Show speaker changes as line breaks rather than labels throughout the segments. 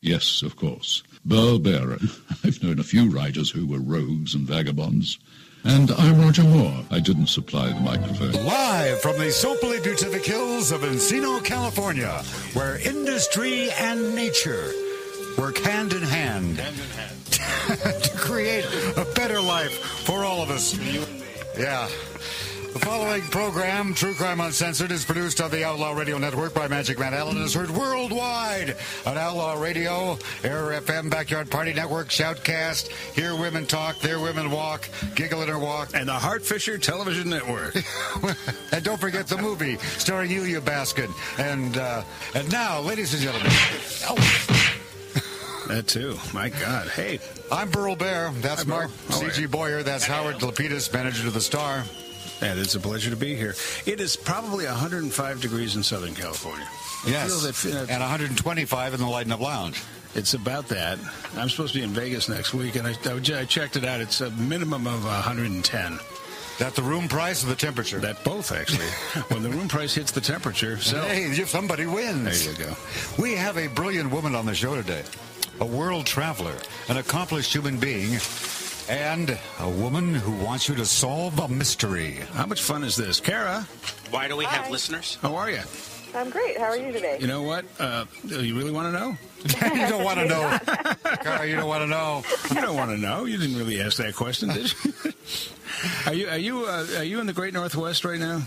Yes, of course. Burl Bearer. I've known a few writers who were rogues and vagabonds. And I'm Roger Moore. I didn't supply the microphone.
Live from the soapily butyric hills of Encino, California, where industry and nature work hand in hand, to create a better life for all of us. Yeah. The following program, True Crime Uncensored, is produced on the Outlaw Radio Network by Magic Man Allen and is heard worldwide on Outlaw Radio, Air FM, Backyard Party Network, Shoutcast, Hear Women Talk, Their Women Walk, Giggle in Her Walk,
and the Hartfisher Television Network.
and don't forget the movie starring Yulia Baskin. And uh, and now, ladies and gentlemen, oh,
That too. My God. Hey.
I'm Burl Bear. That's
Hi, Burl.
Mark
How are
C.G.
you?
Boyer. That's Howard Lapidus, manager of the Star.
And it's a pleasure to be here. It is probably 105 degrees in Southern California. It feels- it
Yes,
feels-
and 125 in the Lighten Up Lounge.
it's about that. I'm supposed to be in Vegas next week, and I, I checked it out. It's a minimum of 110.
That the room price or the temperature?
That both, actually. when the room price hits the temperature, so.
Hey, you- somebody
There
wins.
you go.
We have a brilliant woman on the show today, a world traveler, an accomplished human being, and a woman who wants you to solve a mystery.
How much fun is this? Kara,
Why do we
Hi.
have listeners?
how are you?
I'm great. How are you today?
You know what? Uh, you really want to know?
you don't want to know, Carl. You don't want to know.
You don't want to know. You didn't really ask that question, did you? are you are you uh, are you in the Great Northwest right now?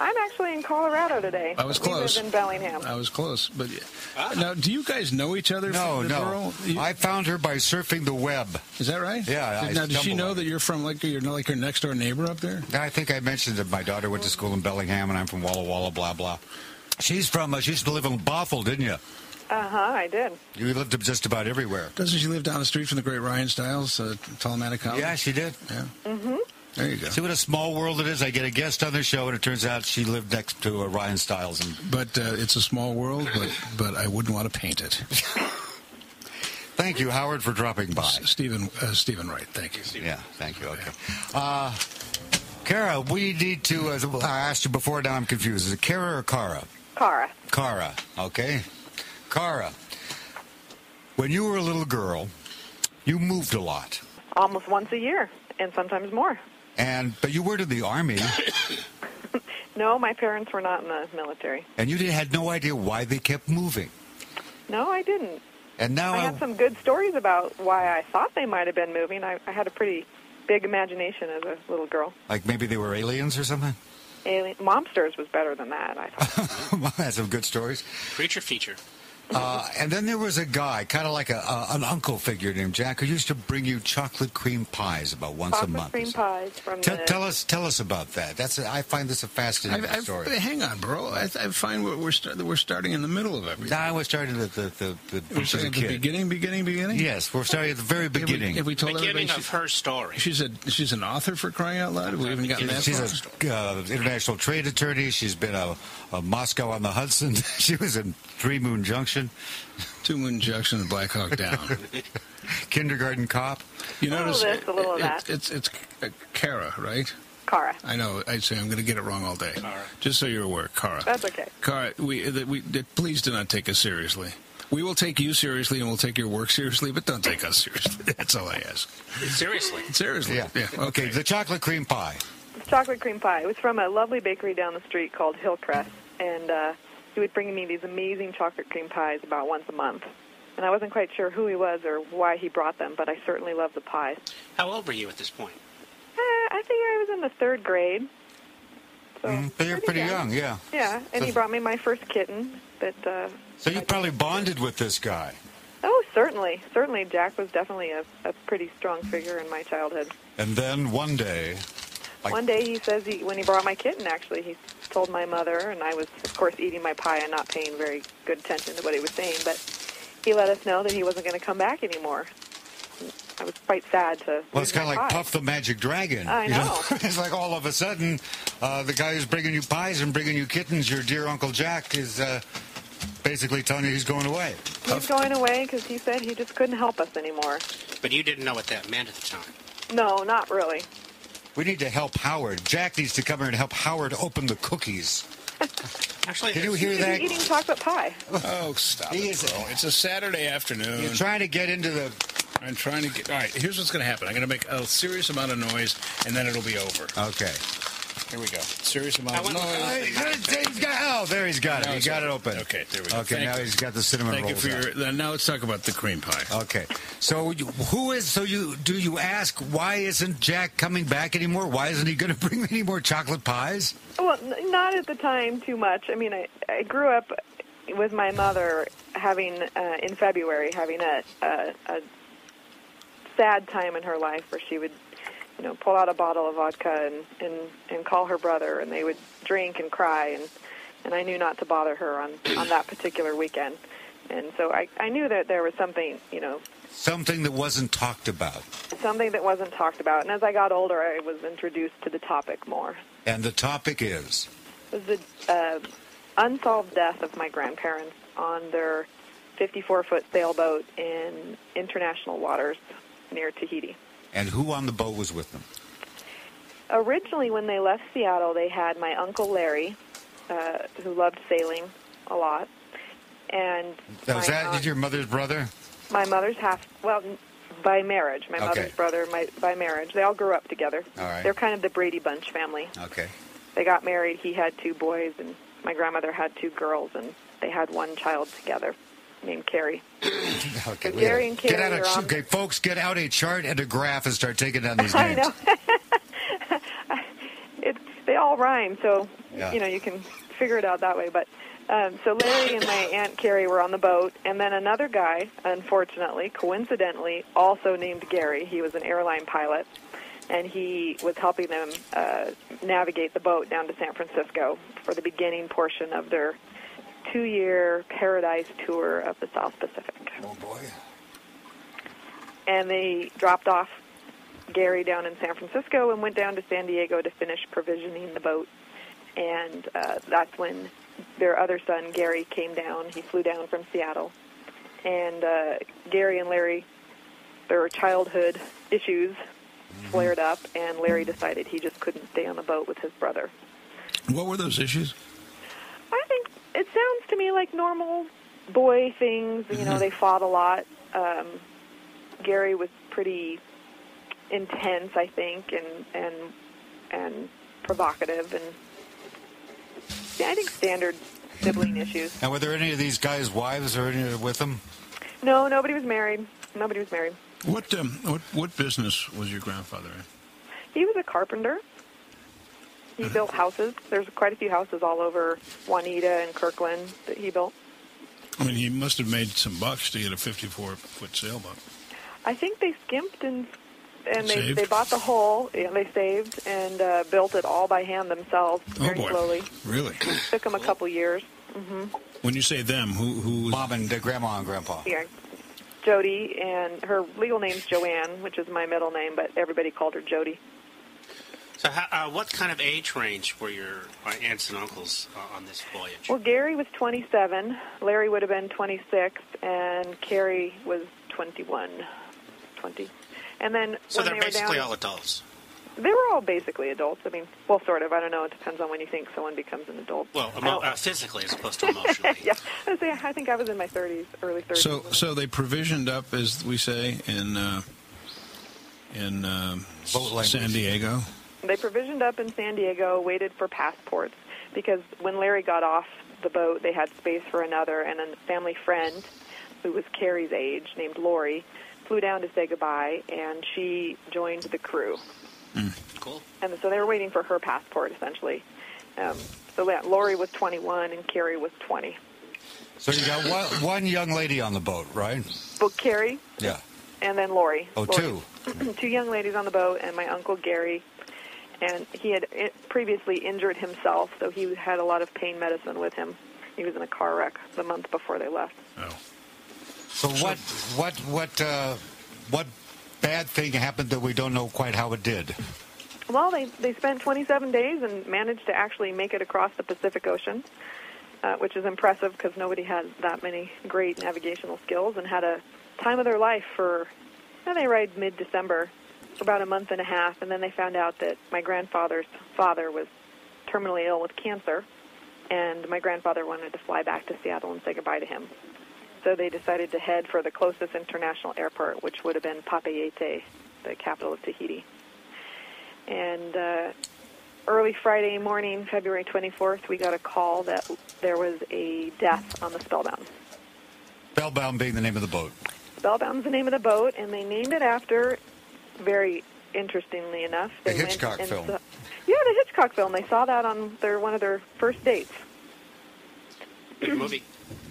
I'm actually in Colorado today.
I was
We live
close. Uh,
in Bellingham.
I was close, but
Ah.
now do you guys know each other?
No,
from the
no.
Borough? You-
I found her by surfing the web.
is that right?
Yeah, I
Did, now, does she
stumbled
know
on
that you're from like you're like her next door neighbor up there?
I think I mentioned that my daughter went to school in Bellingham, and I'm from Walla Walla. Blah blah. She's from. Uh, she used to live in Bothell, didn't you?
Uh huh. I did.
You lived up just about everywhere.
Doesn't she live down the street from the great Ryan Stiles, uh, Ptolemaic College?
Yeah, she did.
Yeah. Mm-hmm. There you go.
See what a small world it is. I get a guest on the show, and it turns out she lived next to uh, Ryan Stiles. And
But uh, it's a small world, but but I wouldn't want to paint it.
thank you, Howard, for dropping by.
S- Stephen uh, Stephen Wright, thank you.
Yeah, thank you. Okay, uh, Kara, we need to. Uh, I asked you before. Now I'm confused. Is it Kara or Kara?
Cara.
Kara. Okay, Kara. When you were a little girl, you moved a lot,
Almost once a year, and sometimes more.
and but you were in the army,
No, my parents were not in the military.
and you did, had no idea why they kept moving.
No, I didn't.
And now
I
Oh.
had some good stories about why I thought they might have been moving. I, I had a pretty big imagination as a little girl.
like maybe they were aliens or something.
Alien, Momsters was better than that. I thought.
I had some good stories.
Creature feature.
Uh, and then there was a guy, kind of like a, a an uncle figure named Jack, who used to bring you chocolate cream pies about once a
Chocolate
month.
cream pies from
Tell,
the
tell us, tell us about that. That's a, I find this a fascinating
I've, I've,
story.
hang on, bro. I, I find we're we're, start, we're starting in the middle of everything.
now I was starting at the the, the, the,
we're starting at the beginning, beginning, beginning.
Yes, we're starting at the very
If we-
beginning.
If we, told
Beginning
everybody
of her story.
she, she's a she's an author for crying out loud, have we haven't gotten that
She's
far?
an uh, international trade attorney. She's been a, a Moscow on the Hudson. she was in Three Moon Junction,
Two Moon Junction and Black Hawk Down.
kindergarten cop.
You
A little
notice
this, Oh, a little of
it's-
that.
It's it's uh, Cara, right?
Cara.
I know. I say I'm going to get it wrong all day.
Cara.
Just so you're aware, Cara.
That's okay.
Cara, we that we that please do not take us seriously. We will take you seriously and we'll take your work seriously, but don't take us seriously. That's all I ask.
Seriously.
Seriously.
Yeah.
okay.
okay, the chocolate cream pie.
chocolate cream pie. It was from a lovely bakery down the street called Hillcrest, and uh, he would bring me these amazing chocolate cream pies about once a month. And I wasn't quite sure who he was or why he brought them, but I certainly loved the pies.
How old were you at this point?
Eh, I think I was in the third grade. So
But Mm, you're pretty young, yeah.
Yeah, and he
So-
brought me my first kitten. That uh,
So you probably bonded with this guy.
oh, certainly, certainly, Jack was definitely a, a pretty strong figure in my childhood.
And then one day, like-
One day he says he, when he brought my kitten, actually, he told my mother, and I was, of course, eating my pie and not paying very good attention to what he was saying, but he let us know that he wasn't going to come back anymore. I was quite sad to.
well, it's
lose my
kind of like
pie.
Puff the Magic Dragon.
I know.
it's like all of a sudden, uh, the guy who's bringing you pies and bringing you kittens, your dear Uncle Jack, is uh, basically telling you he's going away.
He's going away because he said he just couldn't help us anymore.
But you didn't know what that meant at the time.
No, not really.
We need to help Howard. Jack needs to come here and help Howard open the cookies.
Actually,
Can you hear
He's
that?
eating chocolate pie.
Oh, stop
He
it,
is-
bro. It's a Saturday afternoon.
You're trying to get into the.
I'm trying to get. All right, here's what's going to happen. I'm going to make a serious amount of noise, and then it'll be over.
Okay.
Here we go. Serious amount
I
of
went with
noise.
that.
He's got, oh, there he's got it.
Now
He
it's
got it open.
Okay, there we go.
Okay,
Thank
now
you.
he's got the cinnamon
Thank you
rolls
for
out.
your. then Now let's talk about the cream pie.
Okay, so you- who is so you do you ask why isn't Jack coming back anymore? Why isn't he going to bring any more chocolate pies?
Well, n- not at the time too much. I mean, I, I grew up with my mother having uh, in February having a, a a sad time in her life where she would, you know, pull out a bottle of vodka and and and call her brother, and they would drink and cry, and and I knew not to bother her on on that particular weekend, and so I I knew that there was something you know
Something that wasn't talked about,
something that wasn't talked about, and as I got older, I was introduced to the topic more.
and the topic is
was the uh, unsolved death of my grandparents on their 54 foot sailboat in international waters near Tahiti.
and who on the boat was with them.
Originally, when they left Seattle, they had my uncle Larry, uh, who loved sailing a lot, and
Now, was
my
that
aunt-
your mother's brother?
my mother's half well n- by marriage my
Okay.
mother's brother my by marriage they all grew up together
All right.
they're kind of the brady bunch family
Okay,
they got married. He had two boys, and my grandmother had two girls, and they had one child together named Carrie.
okay.
So Gary and
get out
Carrie are
a,
on-
okay, folks, get out a chart and a graph and start taking down these
I
names.
know. it, they all rhyme, so
Yeah.
you know you can figure it out that way. But um, so Larry and my aunt Carrie were on the boat, and then another guy, unfortunately, coincidentally, also named Gary. He was an airline pilot, and he was helping them uh, navigate the boat down to San Francisco for the beginning portion of their two-year paradise tour of the South Pacific
Oh boy.
and they dropped off Gary down in San Francisco and went down to San Diego to finish provisioning the boat. And uh, that's when their other son, Gary, came down. He flew down from Seattle. And uh, Gary and Larry, their childhood issues flared up, and Larry decided he just couldn't stay on the boat with his brother.
What were those issues?
I think it sounds to me like normal boy things. You know, they fought a lot. Um, Gary was pretty intense, I think, and and and provocative, and yeah, I think standard sibling issues.
And were there any of these guys' wives or any with them?
No, nobody was married. Nobody was married.
What um, what what business was your grandfather in?
He was a carpenter. He built houses. There's quite a few houses all over Juanita and Kirkland that he built.
I mean, he must have made some bucks to get a 54 foot sailboat.
I think they skimped and and they,
Saved?
they bought the whole and they saved and uh, built it all by hand themselves
Oh
very
boy!
slowly.
Really?
Took them a couple years.
When you say them, who who was?
Mom and uh, grandma and grandpa.
Yeah. Jody and her legal name's Joanne, which is my middle name, but everybody called her Jody.
So, how, uh, what kind of age range were your uh, aunts and uncles uh, on this voyage?
Well, Gary was 27, Larry would have been 26, and Carrie was 21, 20. And then
so
when
they're
they were down,
basically all adults.
they were all basically adults. I mean, well, sort of. I don't know. It depends on when you think someone becomes an adult.
Well, emo- uh, physically as opposed to emotionally.
Oh. yeah, I was saying, I think I was in my 30s, early 30s.
So so they provisioned up, as we say in uh, in um,
Boat language.
San Diego.
they provisioned up in San Diego, waited for passports because when Larry got off the boat, they had space for another, and a family friend who was Carrie's age, named Lori, flew down to say goodbye, and she joined the crew.
Cool.
And so they were waiting for her passport, essentially. Um, so that Lori was 21 and Carrie was 20.
So you got one, one young lady on the boat, right?
But Carrie
Yeah.
and then Lori.
Oh,
Lori. two young ladies on the boat, and my uncle Gary. And he had i- previously injured himself, so he had a lot of pain medicine with him. He was in a car wreck the month before they left.
Oh.
So what what what uh, what bad thing happened that we don't know quite how it did?
Well, they, they spent 27 days and managed to actually make it across the Pacific Ocean, uh, which is impressive because nobody has that many great navigational skills and had a time of their life for, and they ride mid December for about a month and a half. And then they found out that my grandfather's father was terminally ill with cancer. and my grandfather wanted to fly back to Seattle and say goodbye to him. So they decided to head for the closest international airport, which would have been Papeete, the capital of Tahiti. And uh, early Friday morning, February 24th, we got a call that there was a death on the Spellbound.
Spellbound being the name of the boat.
Spellbound's the name of the boat, and they named it after, very interestingly enough,
The
they went
Hitchcock
and
film.
saw- yeah, the Hitchcock film. They saw that on their one of their first dates.
Good movie.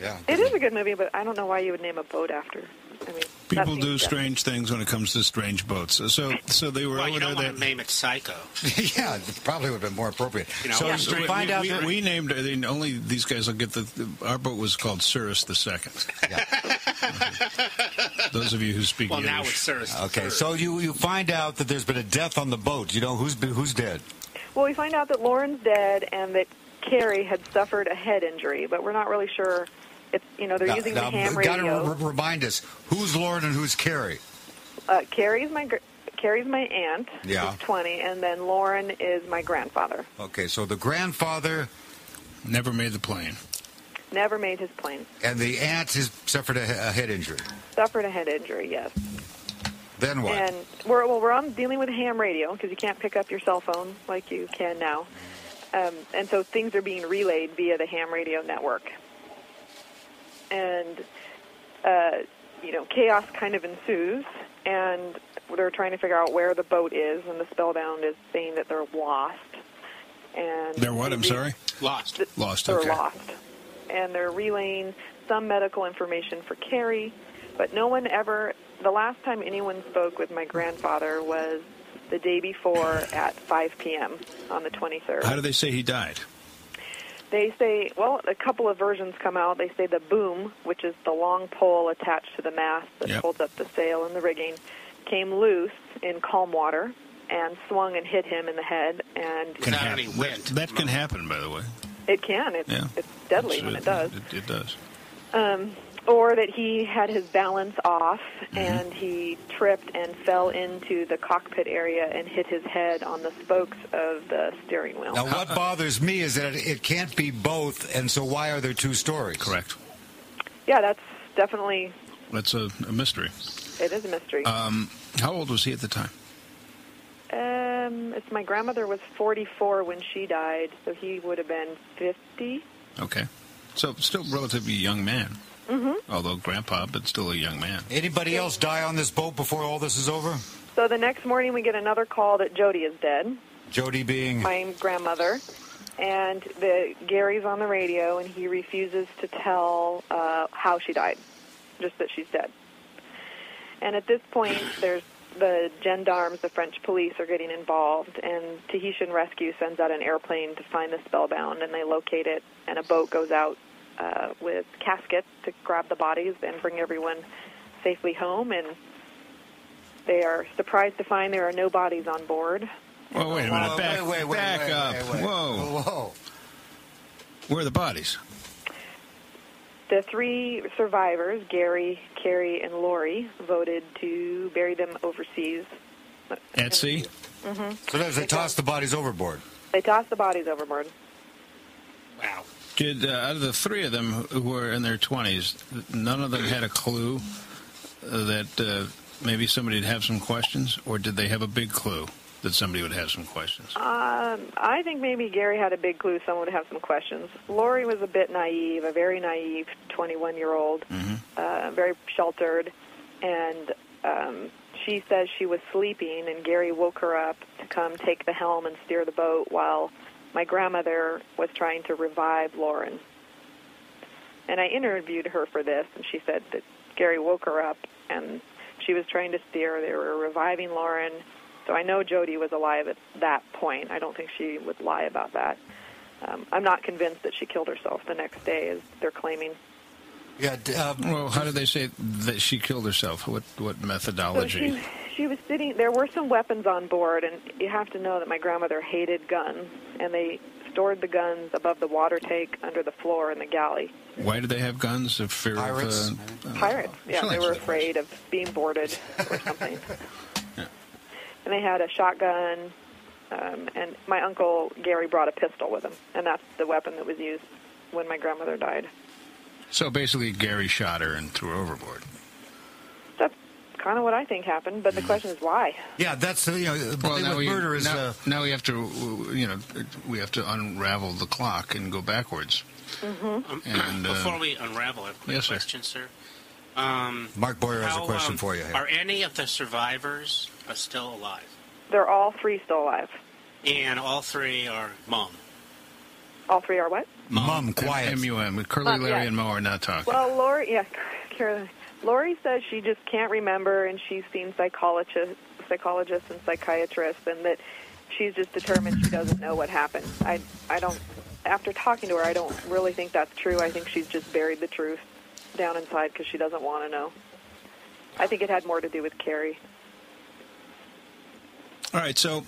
Yeah.
It is a good movie, but I don't know why you would name a boat after. I mean, that
People
seems
do
dumb.
strange things when it comes to strange boats. So, so they were
Well,
over
you don't
there.
want to
that-
name it Psycho.
yeah, it probably would have been more appropriate.
You know,
so
yeah,
to
straight-
find
we,
out
we,
that-
we named. I mean, only these guys will get the. Our boat was called Cirrus the Second. Those of you who speak
Well, now it's
Yiddish.
Cyrus. the
Okay,
Third.
so you, you find out that there's been a death on the boat. You know who's been, who's dead?
Well, we find out that Lauren's dead and that Carrie had suffered a head injury, but we're not really sure. It's you know they're using
now,
the ham
gotta
radio.
re- remind us who's Lauren and who's Carrie.
uh, Carrie's my gr- Carrie's my aunt.
Yeah.
She's twenty, and then Lauren is my grandfather.
Okay, so the grandfather
Never made the plane.
Never made his plane.
and the aunt has suffered a, a head injury.
Suffered a head injury. Yes.
Then what?
And we're well, we're on dealing with ham radio because you can't pick up your cell phone like you can now, um, and so things are being relayed via the ham radio network, and uh, you know chaos kind of ensues, and they're trying to figure out where the boat is, and the spellbound is saying that they're lost, and
They're what? I'm
they-
sorry.
lost.
th-
Lost,
They're
okay.
lost, and they're relaying some medical information for Carrie, but no one ever. The last time anyone spoke with my grandfather was the day before at 5 p.m. on the 23rd.
How do they say he died?
They say, well, a couple of versions come out. They say the boom, which is the long pole attached to the mast that
Yep.
holds up the sail and the rigging, came loose in calm water and swung and hit him in the head. And
Without
hap-
any
that,
wind.
that can happen, by the way.
it can. It's,
Yeah.
it's deadly when it does.
It, it does.
or that he had his balance off and he tripped and fell into the cockpit area and hit his head on the spokes of the steering wheel.
now, what bothers me is that it, it can't be both, and so why are there two stories?
Correct.
Yeah, that's definitely
That's a, a mystery.
it is a mystery.
How old was he at the time?
um, it's my grandmother was 44 when she died, so he would have been 50.
Okay, so still relatively young man. Mm-hmm. Although grandpa, but still a young man.
Anybody else die on this boat before all this is over?
So the next morning we get another call that Jody is dead.
Jody being
my grandmother, and the Gary's on the radio, and he refuses to tell uh, how she died, just that she's dead. And at this point, there's the gendarmes, the French police, are getting involved, and Tahitian Rescue sends out an airplane to find the spellbound, and they locate it, and a boat goes out uh, with caskets to grab the bodies and bring everyone safely home, and they are surprised to find there are no bodies on board.
Oh wait a minute!
Whoa,
back
wait, wait, wait,
back
wait,
up!
wait, wait.
Whoa!
Whoa!
Where are the bodies?
The three survivors, Gary, Carrie, and Lori, voted to bury them overseas.
At sea?
So does they toss the bodies overboard?
They tossed the bodies overboard.
Wow.
Did uh, out of the three of them who were in their twenties, none of them had a clue uh, that uh, maybe somebody'd have some questions, or did they have a big clue that somebody would have some questions?
Um, I think maybe Gary had a big clue someone would have some questions. Lori was a bit naive, a very naive 21 year old, uh, very sheltered, and um, she says she was sleeping, and Gary woke her up to come take the helm and steer the boat while my grandmother was trying to revive Lauren. And I interviewed her for this, and she said that Gary woke her up, and she was trying to steer. They were reviving Lauren. So I know Jody was alive at that point. I don't think she would lie about that. Um, I'm not convinced that she killed herself the next day, as they're claiming.
Yeah. d- Um,
Well, how did they say that she killed herself? What what
So
methodology?
she, she was sitting. There were some weapons on board, and you have to know that my grandmother hated guns, and they stored the guns above the water tank under the floor in the galley.
Why did they have guns? Of fear
Pirates.
of uh, uh,
pirates. Yeah,
she'll
they
answer
were
that
afraid of being boarded or something. And they had a shotgun, Um, and my uncle Gary brought a pistol with him, and that's the weapon that was used when my grandmother died.
So basically, Gary shot her and threw her overboard.
That's kind of what I think happened, but the question is why?
Yeah, that's the you know, the thing with murder is
now,
uh,
now we have to, you know, we have to unravel the clock and go backwards.
Um,
Mm-hmm.
And, uh,
before we unravel, I have a quick
Yes, sir.
question, sir. Um,
Mark Boyer has a
how,
question
um,
for you. Here.
Are any of the survivors uh, still alive?
They're all three still alive.
And all three are mom.
All three are what?
Mum, quiet.
M U M. Curly,
Not
Larry,
yet.
and Mo are not talking.
Uh, Well, Lori, yeah, Carolyn. Lori says she just can't remember, and she's seen psychologists, psychologists and psychiatrists, and that she's just determined she doesn't know what happened. I, I don't. After talking to her, I don't really think that's true. I think she's just buried the truth down inside because she doesn't want to know. I think it had more to do with Carrie.
All right, so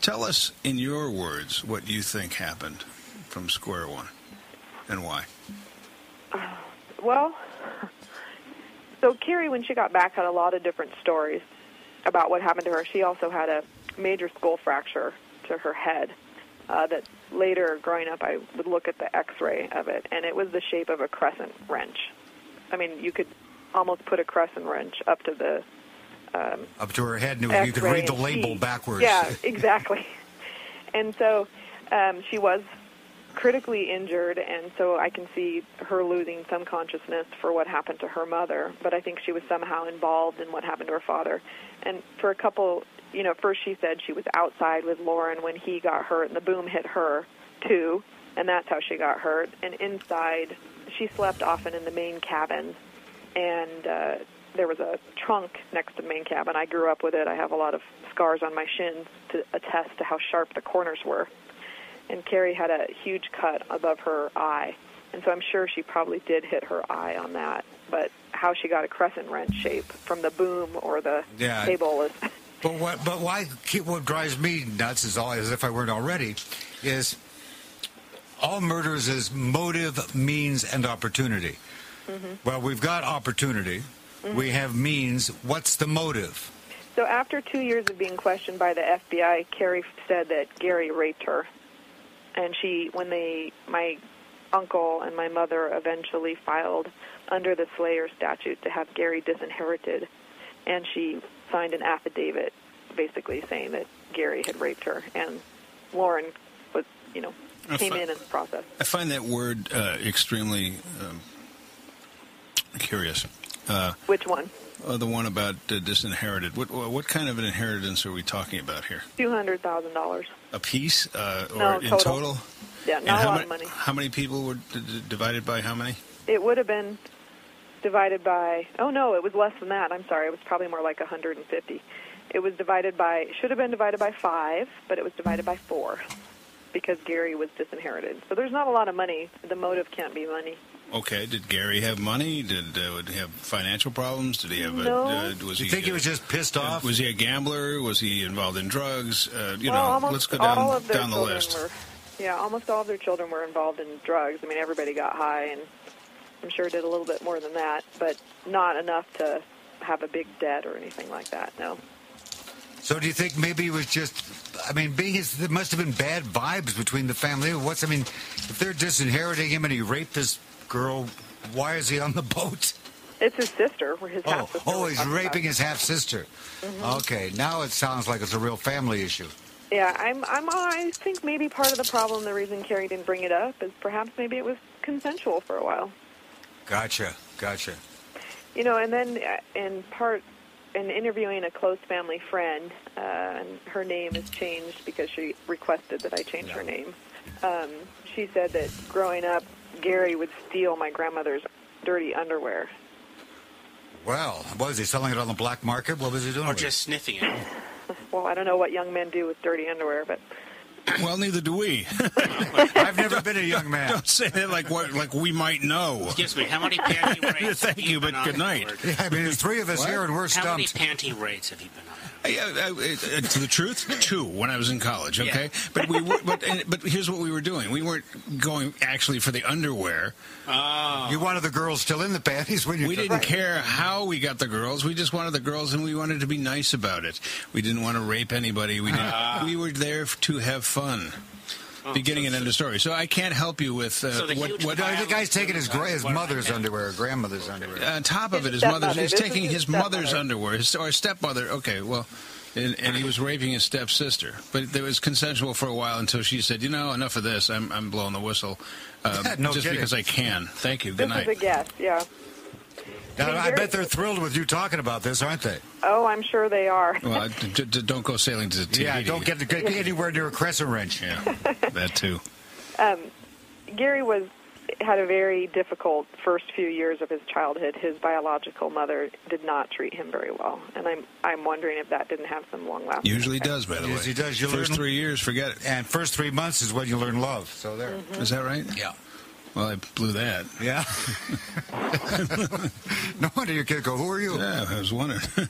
tell us in your words what you think happened from square one and why.
Well, so Carrie, when she got back, had a lot of different stories about what happened to her. She also had a major skull fracture to her head. Uh, that later, growing up, I would look at the X-ray of it, and it was the shape of a crescent wrench. I mean, you could almost put a crescent wrench up to the
Up to her head, and
X-ray
you could read the
and
label
see.
backwards.
Yeah, exactly. and so um, she was critically injured, and so I can see her losing some consciousness for what happened to her mother. But I think she was somehow involved in what happened to her father. And for a couple, you know, first she said she was outside with Lauren when he got hurt, and the boom hit her too, and that's how she got hurt. And inside, she slept often in the main cabin and uh, there was a trunk next to the main cabin. I grew up with it. I have a lot of scars on my shins to attest to how sharp the corners were. And Carrie had a huge cut above her eye, and so I'm sure she probably did hit her eye on that. But how she got a crescent wrench shape from the boom or the
Yeah.
table is
But what? But why? keep- What drives me nuts is all as if I weren't already, is all murders is motive, means, and opportunity.
Mm-hmm.
Well, we've got opportunity. We have means. What's the motive?
so. After two years of being questioned by the FBI, Carrie said that Gary raped her and she when they my uncle and my mother eventually filed under the slayer statute to have gary disinherited and she signed an affidavit basically saying that gary had raped her and lauren was you know
That's
came
not-
in in the process
I find that word uh, extremely um, curious. Uh,
which one
uh, the one about uh, disinherited. What what kind of an inheritance are we talking about here?
two hundred thousand dollars
A piece uh, or
No,
in
total.
total?
yeah
And
not a
how
lot
many,
of money
How many people were d- d- divided by how many?
it would have been divided by oh no it was less than that i'm sorry it was probably more like 150 it was divided by should have been divided by five but it was divided by four because gary was disinherited so there's not a lot of money the motive can't be money
Okay. Did Gary have money? Did uh, would he have financial problems? Did he have?
No.
A, uh, was
Do you
he?
think he
uh,
was just pissed off?
Was he a gambler? Was he involved in drugs? Uh, you
well,
know,
almost
let's go down
all of their
down the
children
list.
were yeah almost all of their children were involved in drugs i mean everybody got high and i'm sure did a little bit more than that but not enough to have a big debt or anything like that no
so do you think maybe he was just? I mean, being his, there must have been bad vibes between the family. What's I mean, if they're disinheriting him and he raped this girl, why is he on the boat?
it's his sister or his
Oh,
half-sister
oh,
we're
he's
talking about.
raping his half sister. Okay, now it sounds like it's a real family issue.
Yeah, I'm, I'm. I think maybe part of the problem, the reason Carrie didn't bring it up, is perhaps maybe it was consensual for a while.
Gotcha, gotcha.
You know, and then uh, in part, in interviewing a close family friend, uh, and her name is changed because she requested that I change her name. Um, she said that growing up, Gary would steal my grandmother's dirty underwear.
Well, what was he selling it on the black market? What was he doing?
Or
with it?
just sniffing it.
Well, I don't know what young men do with dirty underwear, but
Well, neither do we.
I've never been a young man.
Don't say that like what like we might know.
Excuse me. How many panty raids?
Thank
have you,
you,
been
but
on
good night.
Howard?
I mean, there's three of us here, and we're
How many
stumped.
panty raids have you been on?
Yeah, uh, uh, to the truth, two when I was in college.
Yeah.
Okay, but we were, but and- but here's what we were doing. We weren't going actually for the underwear.
You wanted the girls still in the panties when you.
We
took-
didn't care how we got the girls. We just wanted the girls, and we wanted to be nice about it. We didn't want to rape anybody. We didn't, we were there to have fun. Beginning and end of story. Oh, So I can't help you with uh,
So the
what.
huge
what
No, the guy's taking his gra- his
What am I
mother's
doing?
underwear, grandmother's underwear.
on uh, top of
His
it, his
stepmother.
mother's. He's
This is
taking
his
his mother's
stepmother.
underwear, his, or his stepmother. Okay, well, and, and he was raping his stepsister, but it was consensual for a while until she said, "You know, enough of this. I'm, I'm blowing the whistle, um,
No
just
kidding.
because I can." Thank you. Good
This is a
night.
guess, yeah.
Now, I bet they're thrilled with you talking about this, aren't they?
Oh, I'm sure they are.
Well, I- d- d- don't go sailing to Tahiti.
Yeah, don't get, get anywhere near a crescent wrench.
Yeah, that too.
Gary was had a very difficult first few years of his childhood. His biological mother did not treat him very well, and I'm I'm wondering if that didn't have some long lasting.
Usually does, by the way.
Usually does. You
First
learn-
three years, forget it.
And first three months is when you learn love. So there.
Is that right?
Yeah.
Well, I blew that.
Yeah. no wonder your kid go, who are you?
Yeah, I was wondering.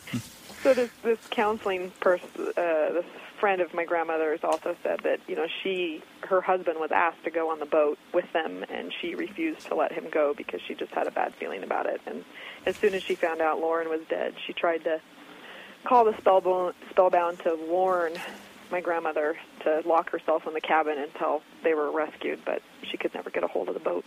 So this this counseling person, uh, this friend of my grandmother's, also said that you know she her husband was asked to go on the boat with them, and she refused to let him go because she just had a bad feeling about it. And as soon as she found out Lauren was dead, she tried to call the spellbound, spellbound to warn my grandmother to lock herself in the cabin until they were rescued, but she could never get a hold of the boat.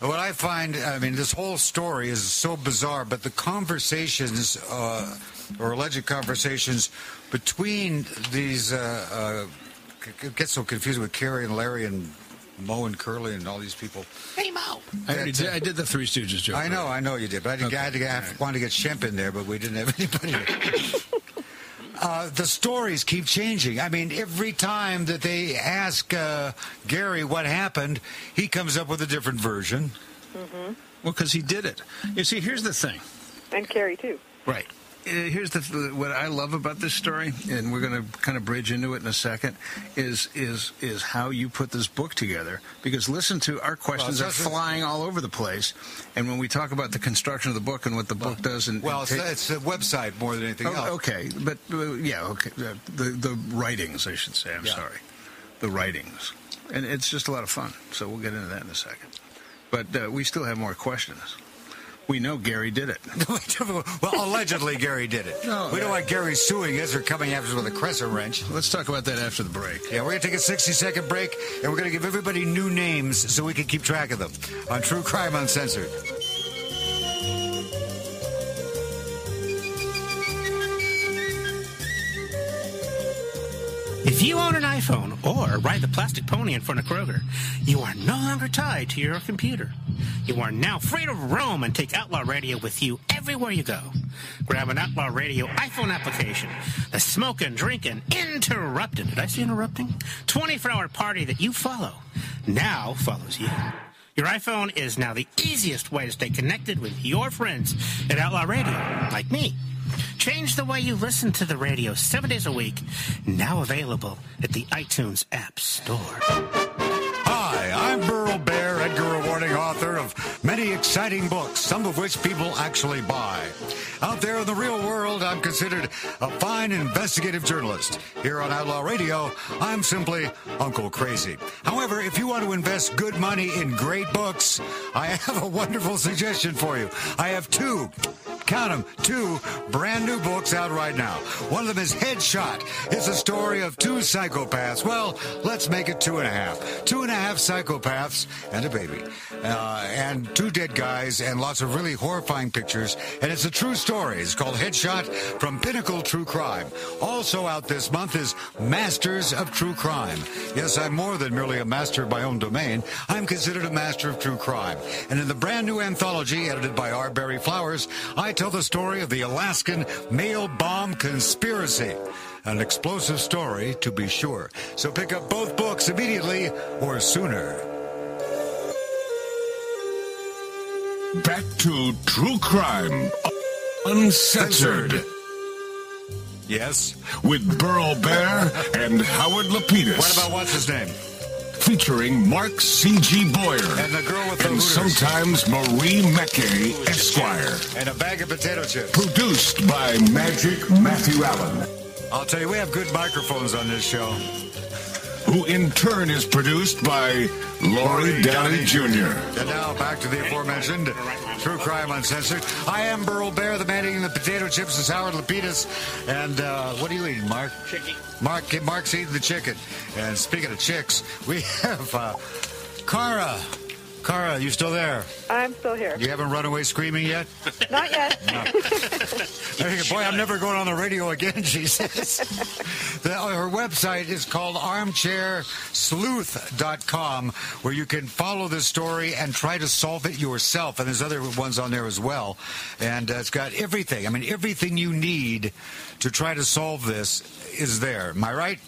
What I find, I mean, this whole story is so bizarre, but the conversations, uh, or alleged conversations, between these, uh, uh, it gets so confusing with Carrie and Larry and Mo and Curly and all these people.
Hey Mo.
I, already
That's it.
did, I did the Three Stooges joke.
I know, I know you did, but I, didn't,
Okay,
I, had to, I
all right.
wanted to get Shemp in there, but we didn't have anybody. uh, the stories keep changing. I mean, every time that they ask uh, Gary what happened, he comes up with a different version.
Well, because he did it. You see, here's the thing.
And Carrie too.
Right. Uh, Here's the th- what I love about this story, and we're going to kind of bridge into it in a second. Is is is how you put this book together? Because listen to our questions
Well,
are
it's also-
flying all over the place, and when we talk about the construction of the book and what the book does, and
Well,
and
it's,
ta-
it's the website more than anything
Oh,
else.
okay, but uh, yeah, okay. The, the the writings, I should say. I'm
Yeah.
sorry, the writings, and it's just a lot of fun. So we'll get into that in a second. But uh, we still have more questions. We know Gary did it.
well, allegedly Gary did it.
No,
we don't
yeah.
want Gary suing us or coming after us with a crescent wrench.
Let's talk about that after the break.
Yeah, we're going to take a 60 second break and we're going to give everybody new names so we can keep track of them on True Crime Uncensored.
If you own an iPhone or ride the plastic pony in front of Kroger, you are no longer tied to your computer. You are now free to roam and take Outlaw Radio with you everywhere you go. Grab an Outlaw Radio iPhone application. The smoking, drinking, interrupting, did I say interrupting? 24 hour party that you follow now follows you. Your iPhone is now the easiest way to stay connected with your friends at Outlaw Radio, like me. Change the way you listen to the radio seven days a week. Now available at the iTunes App Store.
Hi, I'm Burl Bear, Edgar Awarding author of many exciting books, some of which people actually buy. Out there in the real world, I'm considered a fine investigative journalist. Here on Outlaw Radio, I'm simply Uncle Crazy. However, if you want to invest good money in great books, I have a wonderful suggestion for you. I have two count them, two brand new books out right now. One of them is Headshot. It's a story of two psychopaths. Well, let's make it two and a half. Two and a half psychopaths and a baby, uh, and two dead guys, and lots of really horrifying pictures. And it's a true story. It's called Headshot from Pinnacle True Crime. Also out this month is Masters of True Crime. Yes, I'm more than merely a master of my own domain. I'm considered a master of true crime. And in the brand new anthology edited by R. Barry Flowers, I tell the story of the Alaskan mail bomb conspiracy. An explosive story, to be sure. So pick up both books immediately or sooner.
Back to true crime. Uncensored.
Yes.
with Burl Bear and Howard Lapidus.
What about what's his name?
featuring Mark C.G. Boyer
And the girl with the
and
hooters.
sometimes Marie Mackey Esquire?
And a bag of potato chips.
Produced by Magic Matthew Allen,
I'll tell you, we have good microphones on this show.
who in turn is produced by Laurie Downey Jr.
And now back to the aforementioned True Crime Uncensored. I am Burl Bear, the man eating the potato chips is Howard Lapidus. And uh, what are you eating, Mark? Chicken. Mark, Mark's eating the chicken. And speaking of chicks, we have uh, Cara. Cara, you still there?
I'm still here.
You haven't run away screaming yet?
Not yet.
I think, Boy, I'm never going on the radio again, she says. the, uh, her website is called armchairsleuth.com, where you can follow this story and try to solve it yourself. And there's other ones on there as well. And uh, it's got everything. I mean, everything you need to try to solve this is there. Am I right?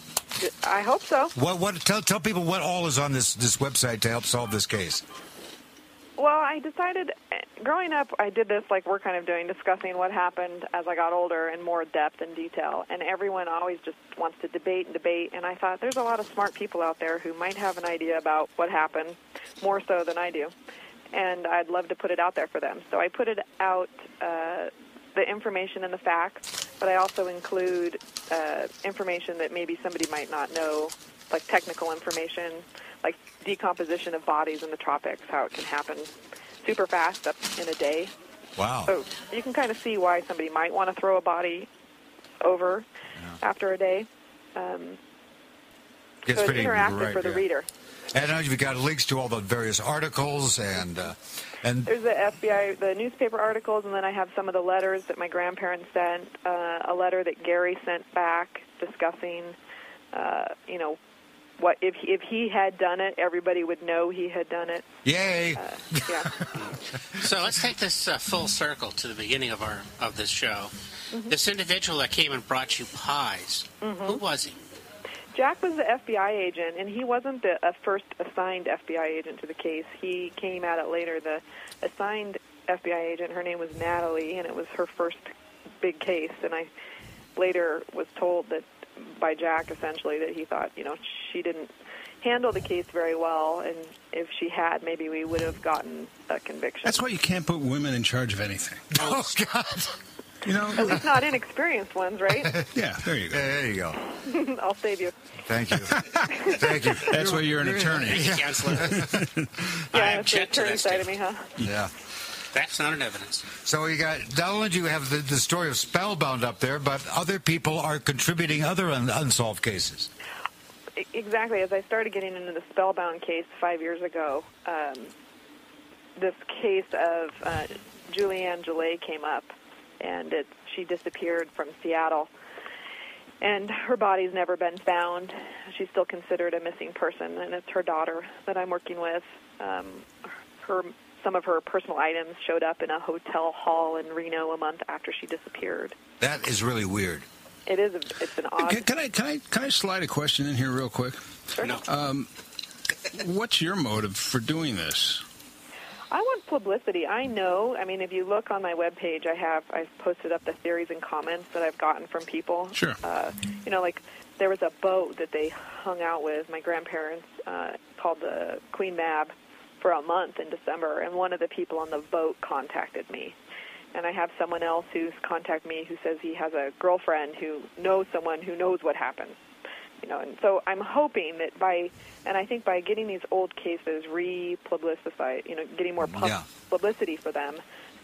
I hope so.
What? What? Tell, tell people what all is on this this website to help solve this case.
Well, I decided growing up, I did this like we're kind of doing, discussing what happened as I got older in more depth and detail. And everyone always just wants to debate and debate. And I thought there's a lot of smart people out there who might have an idea about what happened more so than I do. And I'd love to put it out there for them. So I put it out uh, the information and the facts, but I also include uh, information that maybe somebody might not know, like technical information, like decomposition of bodies in the tropics, how it can happen super fast up in a day.
Wow.
So you can kind of see why somebody might want to throw a body over after a day. Um,
Gets
so it's
pretty
interactive
right,
for the
yeah.
reader.
And now you've got links to all the various articles and uh, and
There's the FBI, the newspaper articles, and then I have some of the letters that my grandparents sent. Uh, a letter that Gary sent back discussing, uh, you know, what if he, if he had done it, everybody would know he had done it.
yay.
Uh, yeah,
So let's take this uh, full circle to the beginning of our of this show. This individual that came and brought you pies, who was he?
Jack was the FBI agent, and he wasn't the uh, first assigned FBI agent to the case. He came at it later. The assigned FBI agent, her name was Natalie, and it was her first big case. And I later was told that by Jack essentially that he thought, you know, she didn't handle the case very well, and if she had, maybe we would have gotten a conviction.
That's why you can't put women in charge of anything.
Oh God.
You
At
know?
least not inexperienced ones, right?
yeah, there you go.
There you go.
I'll save you.
Thank you. Thank you.
That's why you're an attorney.
Counselor. I
Yeah, it's the
object to
attorney
that
side of
statement.
me, huh?
Yeah.
That's not an evidence.
So you got not only do you have the, the story of Spellbound up there, but other people are contributing other un, unsolved cases.
E- exactly as I started getting into the spellbound case five years ago, um, this case of uh, Julianne Gillet came up, and it, she disappeared from Seattle, and her body's never been found. She's still considered a missing person, and it's her daughter that I'm working with. Um, her some of her personal items showed up in a hotel hall in Reno a month after she disappeared.
That is really weird.
It is a, it's an odd.
Can, can I can I can I slide a question in here real quick?
No.
What's your motive for doing this?
I want publicity. I know. I mean, if you look on my webpage, I have I've posted up the theories and comments that I've gotten from people.
Sure.
Uh, you know, like there was a boat that they hung out with my grandparents uh, called the Queen Mab for a month in December, and one of the people on the boat contacted me. And I have someone else who's contacted me who says he has a girlfriend who knows someone who knows what happened you know and so i'm hoping that by and i think by getting these old cases re-publicized you know getting more pub-
Yeah.
publicity for them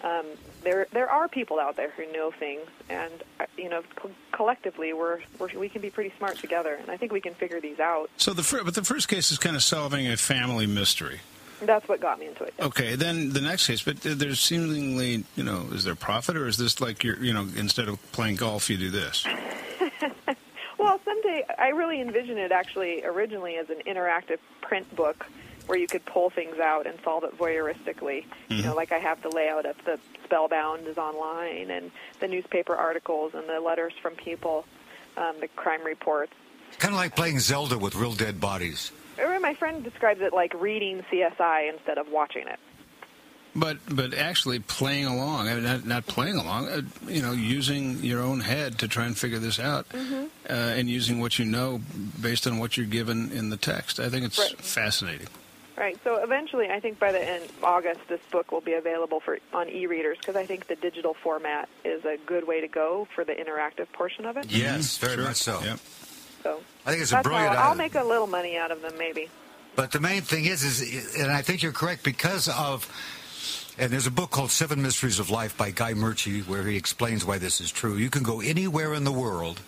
um, there there are people out there who know things and uh, you know co- collectively we're, we're we can be pretty smart together and i think we can figure these out
So the fir- but the first case is kind of solving a family mystery.
that's what got me into it
Okay, then the next case, but th- there's seemingly, you know, is there profit or is this like you're, you know, instead of playing golf, you do this?
Well, someday I really envision it actually originally as an interactive print book where you could pull things out and solve it voyeuristically. You know, like I have the layout of the Spellbound is online and the newspaper articles and the letters from people, um, the crime reports.
Kind of like playing Zelda with real dead bodies.
Remember, my friend describes it like reading CSI instead of watching it.
But but actually playing along, I mean, not, not playing along, uh, you know, using your own head to try and figure this out, uh, and using what you know based on what you're given in the text. I think it's
Right.
fascinating.
Right. So eventually, I think by the end of August, this book will be available for on e-readers because I think the digital format is a good way to go for the interactive portion of it.
Yes, very much so.
Mm-hmm. Yep.
So
I think it's a
that's how
brilliant
I'll
idea.
make a little money out of them, maybe.
But the main thing is, is, and I think you're correct because of, and there's a book called Seven Mysteries of Life by Guy Murchie where he explains why this is true. You can go anywhere in the world,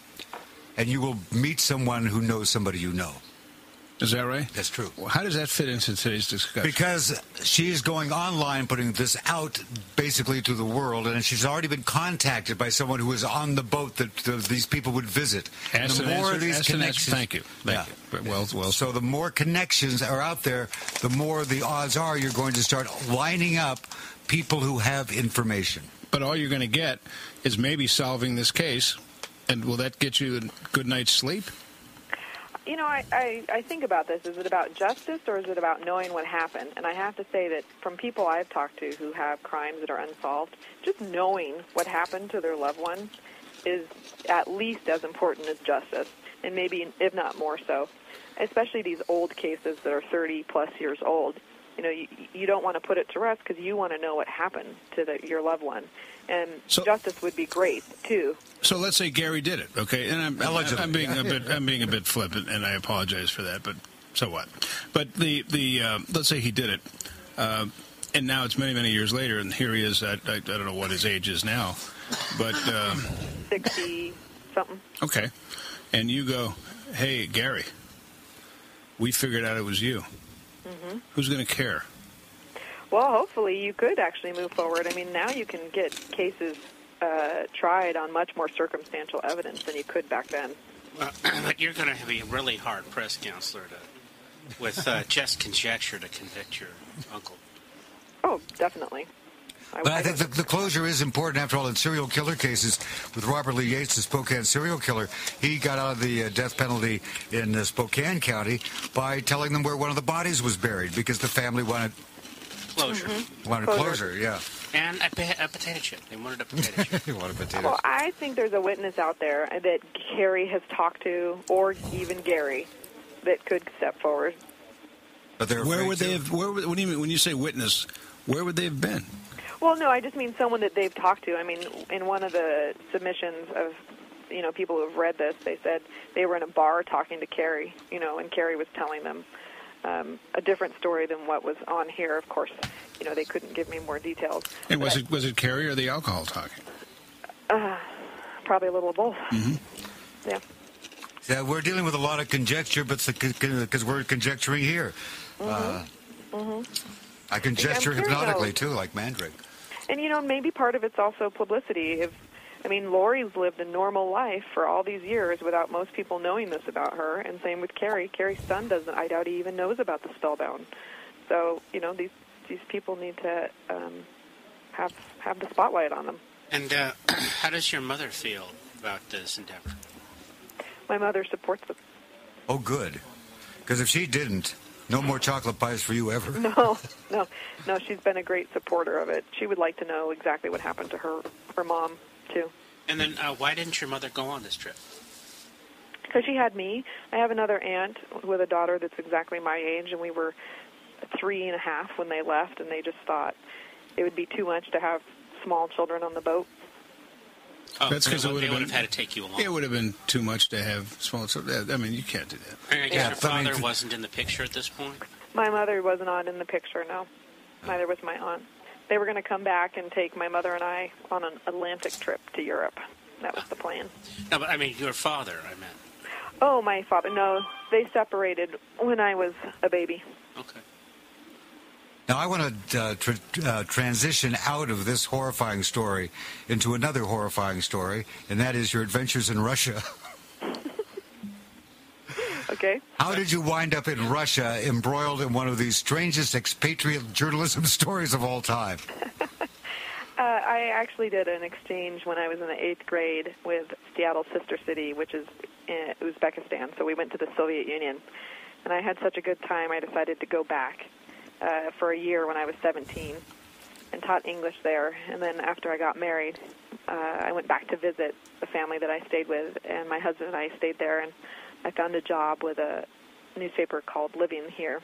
and you will meet someone who knows somebody you know.
Is that right?
That's true.
Well, How does that fit into today's discussion?
Because she's going online, putting this out basically to the world, and she's already been contacted by someone who was on the boat that th- these people would visit. And
Asked
the
and
more
answered-
of these
asked and answered.
connections,
Thank you. Thank you. But well- well-
so the more connections are out there, the more the odds are you're going to start lining up people who have information.
but all you're going to get is maybe solving this case, and will that get you a good night's sleep?
You know, I, I, I think about this. Is it about justice or is it about knowing what happened? And I have to say that from people I've talked to who have crimes that are unsolved, just knowing what happened to their loved one is at least as important as justice, and maybe, if not more so, especially these old cases that are 30 plus years old. You know, you, you don't want to put it to rest because you want to know what happened to the, your loved one. And
So-
justice would be great, too.
So let's say Gary did it, okay? And I'm,
Allegedly.
I'm being a bit I'm being a bit flippant, and I apologize for that. But so what? But the the uh, let's say he did it, uh, and now it's many many years later, and here he is. At, I, I don't know what his age is now, but uh,
60 something.
okay. And you go, hey Gary, we figured out it was you. Who's going to care?
Well, hopefully you could actually move forward. I mean, now you can get cases uh, tried on much more circumstantial evidence than you could back then.
Well, but you're going to be really hard pressed, counselor, to, with uh, just conjecture to convict your uncle.
Oh, definitely.
But I think the, the closure is important after all in serial killer cases. With Robert Lee Yates, the Spokane serial killer, he got out of the uh, death penalty in uh, Spokane County by telling them where one of the bodies was buried because the family wanted
Closure.
wanted
Closure.
closure. Yeah,
And a, pa- a potato chip. They wanted a potato chip.
they wanted potatoes.
Well, I think there's a witness out there that Gary has talked to, or even Gary, that could step forward.
but they're
Where
afraid
would
to.
they have? Where? would- What do you mean when you say witness? Where would they have been?
Well, no, I just mean someone that they've talked to. I mean, in one of the submissions of, you know, people who have read this, they said they were in a bar talking to Carrie, you know, and Carrie was telling them um, a different story than what was on here. Of course, you know, they couldn't give me more details.
And was
But
it was it Carrie or the alcohol talking?
probably a little of both?
Mm-hmm.
Yeah.
Yeah, we're dealing with a lot of conjecture, but because we're conjecturing here. Uh, I conjecture
Mm-hmm. I'm sure,
hypnotically too,
though-
like Mandrake.
And you know, maybe part of it's also publicity. If I mean, Lori's lived a normal life for all these years without most people knowing this about her, and same with Carrie. Carrie's son doesn't. I doubt he even knows about the spellbound. So you know, these these people need to um, have have the spotlight on them.
and uh, how does your mother feel about this endeavor?
My mother supports them.
Oh, good. Because if she didn't, no more chocolate pies for you ever.
No, no, no. She's been a great supporter of it. She would like to know exactly what happened to her her mom too.
And then uh, why didn't your mother go on this trip?
So she had me. I have another aunt with a daughter that's exactly my age, and we were three and a half when they left, and they just thought it would be too much to have small children on the boat.
Oh,
That's
they
'cause it
would-
would've
they would have
been-
had to take you along.
It would have been too much to have small children. I mean, you can't do that.
And I guess
Yeah,
your
but I mean,
father
th-
wasn't in the picture at this point.
My mother was not in the picture, no. Neither was my aunt. They were going to come back and take my mother and I on an Atlantic trip to Europe. That was the plan.
No, but I mean your father. I meant.
Oh, my father. No, they separated when I was a baby.
Okay.
Now, I want to uh, tr uh, transition out of this horrifying story into another horrifying story, and that is your adventures in Russia.
Okay?
How did you wind up in Russia embroiled in one of the strangest expatriate journalism stories of all time?
Uh, I actually did an exchange when I was in the eighth grade with Seattle's sister city, which is in Uzbekistan. So we went to the Soviet Union, and I had such a good time. I decided to go back uh, for a year when I was 17, and taught English there. And then after I got married, uh, I went back to visit the family that I stayed with, and my husband and I stayed there. And I found a job with a newspaper called Living Here.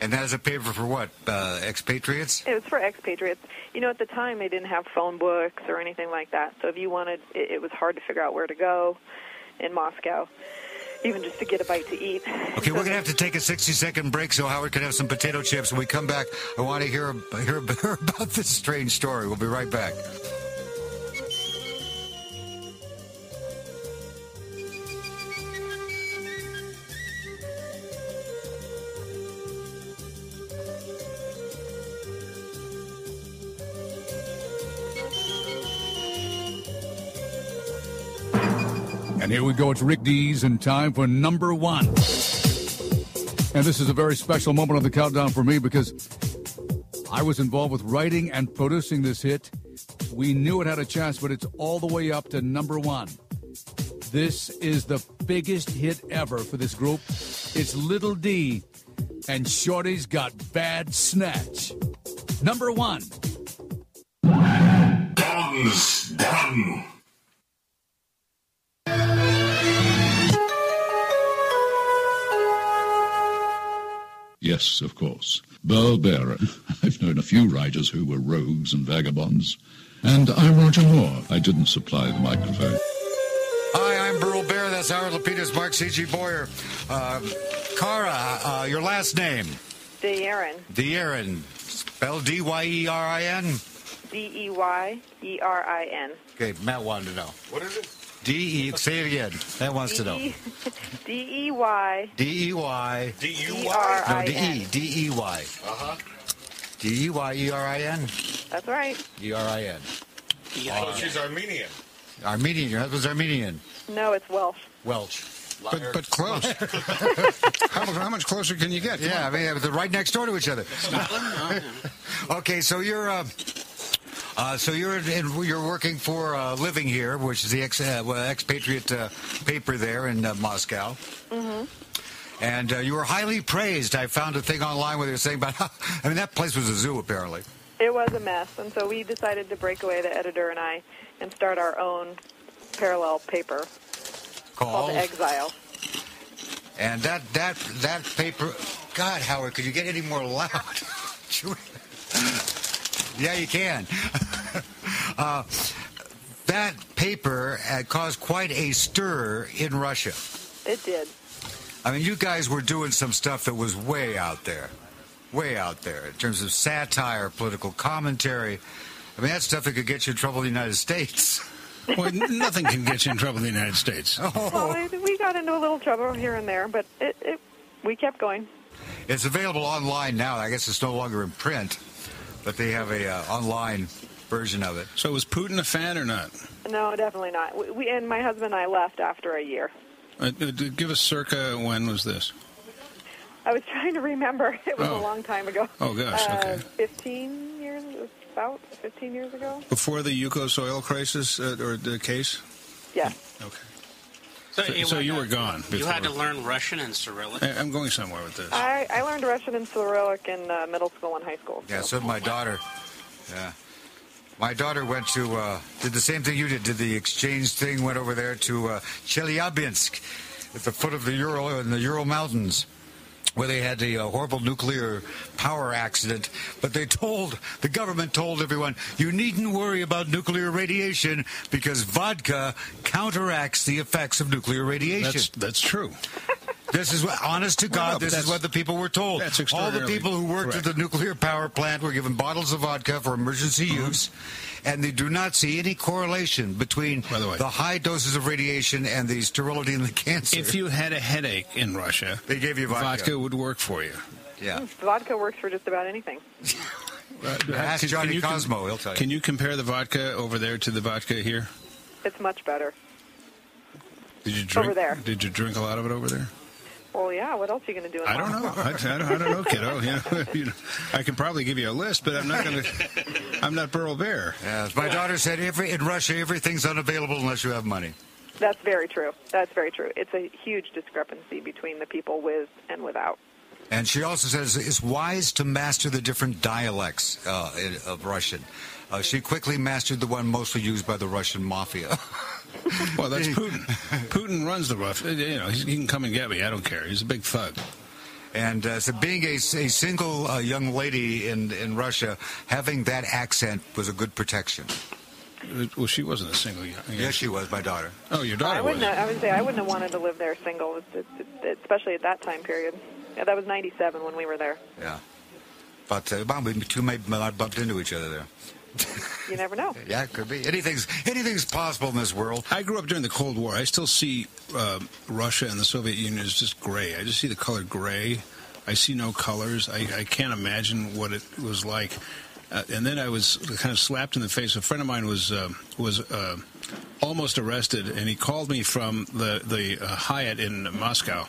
And that is a paper for what? Uh, expatriates?
It was for expatriates. You know, at the time they didn't have phone books or anything like that. So if you wanted, it, it was hard to figure out where to go in Moscow, even just to get a bite to eat.
Okay, we're going to have to take a 60 second break so Howard can have some potato chips. When we come back, I want to hear, hear, hear about this strange story. We'll be right back.
And here we go. It's Rick Dees and time for number one. And this is a very special moment of the countdown for me because I was involved with writing and producing this hit. We knew it had a chance, but it's all the way up to number one. This is the biggest hit ever for this group. It's Little D and Shorty's Got Bad Snatch. Number one.
Dance, done.
Yes, of course. Burl Bearer. I've known a few writers who were rogues and vagabonds. And I'm Roger Moore. I didn't supply the microphone.
Hi, I'm Burl Bear. That's Howard Lapidus, Mark C.G. Boyer. Uh, Cara, uh, your last name?
The Erin,
Deerin. Spelled D Y E R I N.
D E Y E R I N.
Okay, Matt wanted to know. What is it? D E. Say it again. Matt wants to know.
D E Y
D E Y.
E R
No,
I
D E.
N.
D E Y. Uh huh. D E Y E R I N.
That's right.
E R I N.
Oh, she's Armenian.
Armenian. Your husband's Armenian.
No, it's Welsh.
Welsh.
But, but close. how, how much closer can you get? Come
Yeah, I mean, they're right next door to each other. okay, so you're. Uh, uh, so you're in, you're working for uh, Living Here, which is the ex, uh, well, expatriate uh, paper there in uh, Moscow. Mm-hmm. And uh, you were highly praised. I found a thing online where they were saying about. How, I mean, that place was a zoo apparently.
It was a mess, and so we decided to break away, the editor and I, and start our own parallel paper
Called
called Exile.
and that that that paper. God, Howard, could you get any more loud? yeah, you can. uh, that paper uh, caused quite a stir in Russia.
It did.
I mean, you guys were doing some stuff that was way out there, way out there in terms of satire, political commentary. I mean, that stuff that could get you in trouble in the United States.
Well, n- nothing can get you in trouble in the United States.
Well, it- we got into a little trouble here and there, but it, it we kept going.
It's available online now. I guess it's no longer in print, but they have a uh, online version of it.
So was Putin a fan or not?
No, definitely not. We, we and my husband and I left after a year.
Uh, uh, give us circa when was this?
I was trying to remember. It was
Oh.
a long time ago.
Oh, gosh,
Uh,
okay.
Fifteen years, about fifteen years ago.
Before the Yuko soil crisis uh, or the case?
Yeah.
Okay.
So,
So, so you were gone.
You had to
before.
learn Russian and Cyrillic.
I- I'm going somewhere with this.
I, I learned Russian and Cyrillic in uh, middle school and high school.
Yeah, so did my daughter. Yeah. My daughter went to, uh, did the same thing you did, did the exchange thing, went over there to uh, Chelyabinsk at the foot of the Ural, in the Ural Mountains. Where they had the uh, horrible nuclear power accident, but they told the government told everyone you needn't worry about nuclear radiation because vodka counteracts the effects of nuclear radiation.
That's that's true.
This is what, honest to
Well, no,
God,
but
this is
that's-
what the people were told.
that's
All the
extraordinarily
people who worked at
correct.
the nuclear power plant were given bottles of vodka for emergency
Mm-hmm.
use, and they do not see any correlation between
By the way-
high doses of radiation and the sterility and the cancer.
If you had a headache in Russia,
They gave you vodka.
would work for you.
yeah.
Vodka works for just about anything.
Ask
Can-
Johnny
can you com-
Cosmo, he'll tell you.
Can you compare the vodka over there to the vodka here?
It's much better.
Did you drink?
Over there.
Did you drink a lot of it over there?
Well, yeah. What else are you going to do? In
I don't know.
Moscow?
I, I don't, I don't know, kiddo. You know, you know, I can probably give you a list, but I'm not going to. I'm not Burl Bear.
Yeah, as my daughter said, every, in Russia, everything's unavailable unless you have money.
That's very true. That's very true. It's a huge discrepancy between the people with and without.
And she also says it's wise to master the different dialects uh, in- of Russian. Uh, she quickly mastered the one mostly used by the Russian mafia.
Well, that's Putin. Putin runs the rough. You know, he's- he can come and get me. I don't care. He's a big thug.
And uh, so, being a, a single uh, young lady in, in Russia, having that accent was a good protection.
Well, she wasn't a single. young-
Yes, she was, my daughter.
Oh, your
I
daughter was.
wouldn't. Have, I would say I wouldn't have wanted to live there single, it's- it's- it's- especially at that time period. Yeah, that was '97 when we were there.
Yeah. But uh, well, we two may have bumped into each other there.
You never know.
Yeah, it could be. Anything's, anything's possible in this world.
I grew up during the Cold War. I still see uh, Russia and the Soviet Union as just gray. I just see the color gray. I see no colors. I, I can't imagine what it was like. Uh, and then I was kind of slapped in the face. A friend of mine was uh, was uh, almost arrested, and he called me from the the uh, Hyatt in Moscow.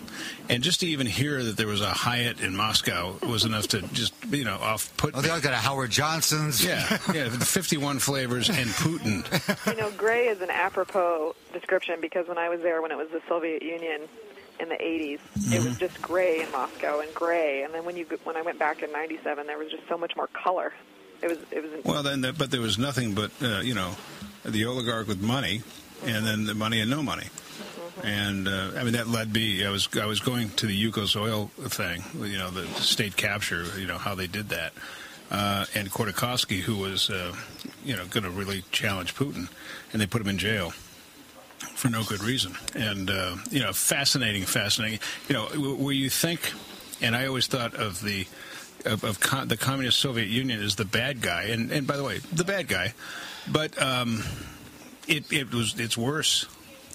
And just to even hear that there was a Hyatt in Moscow was enough to just you know off put.
Oh, they all got a Howard Johnson's.
Yeah, yeah, fifty-one flavors and Putin.
You know, gray is an apropos description because when I was there, when it was the Soviet Union in the 80s, it was just gray in Moscow and gray. And then when you go- when I went back in '97, there was just so much more color. It was it was
Well, then, but there was nothing but uh, you know, the oligarch with money, and then the money and no money, and uh, I mean that led me. I was I was going to the Yukos oil thing, you know, the state capture, you know how they did that, uh, and Kordakovsky, who was uh, you know going to really challenge Putin, and they put him in jail for no good reason. And uh, you know, fascinating, fascinating. You know, w- where you think, and I always thought of the of, of con- the communist Soviet Union as the bad guy, and and by the way, the bad guy, but um, it it was it's worse.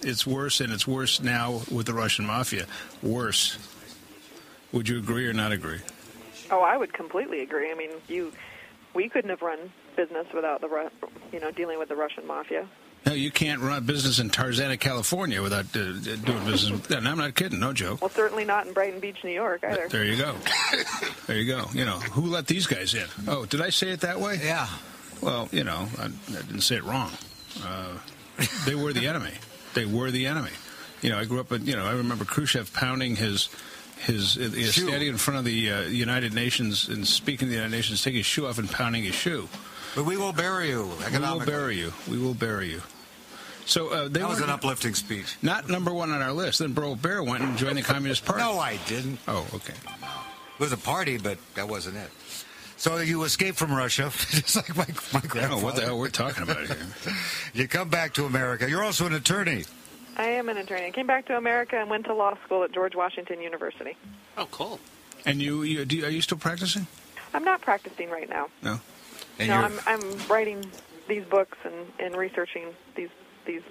It's worse, and it's worse now with the Russian mafia. Worse. Would you agree or not agree?
Oh, I would completely agree. I mean, you, we couldn't have run business without the, Ru- you know, dealing with the Russian mafia.
No, you can't run a business in Tarzana, California, without uh, doing business. And I'm not kidding. No joke.
Well, certainly not in Brighton Beach, New York, either.
There you go. There you go. You know, who let these guys in? Oh, did I say it that way?
Yeah.
Well, you know, I, I didn't say it wrong. Uh, they were the enemy. They were the enemy. You know, I grew up in, you know, I remember Khrushchev pounding his. His, his
Shoe.
standing in front of the uh, United Nations and speaking to the United Nations, taking his shoe off and pounding his shoe.
But we will bury you
We will
economically.
bury you. We will bury you. So uh, they
that was
were
an uplifting speech.
not number one on our list. Then Bro Bear went and joined the Communist Party.
No, I didn't.
Oh, okay.
It was a party, but that wasn't it. So you escape from Russia, just like my, my
I don't
grandfather.
know what the hell we're talking about here.
You come back to America. You're also an attorney.
I am an attorney. I came back to America and went to law school at George Washington University.
Oh, cool.
And you, you do, you- are you still practicing?
I'm not practicing right now.
No.
And
no,
you're-
I'm I'm writing these books and and researching these these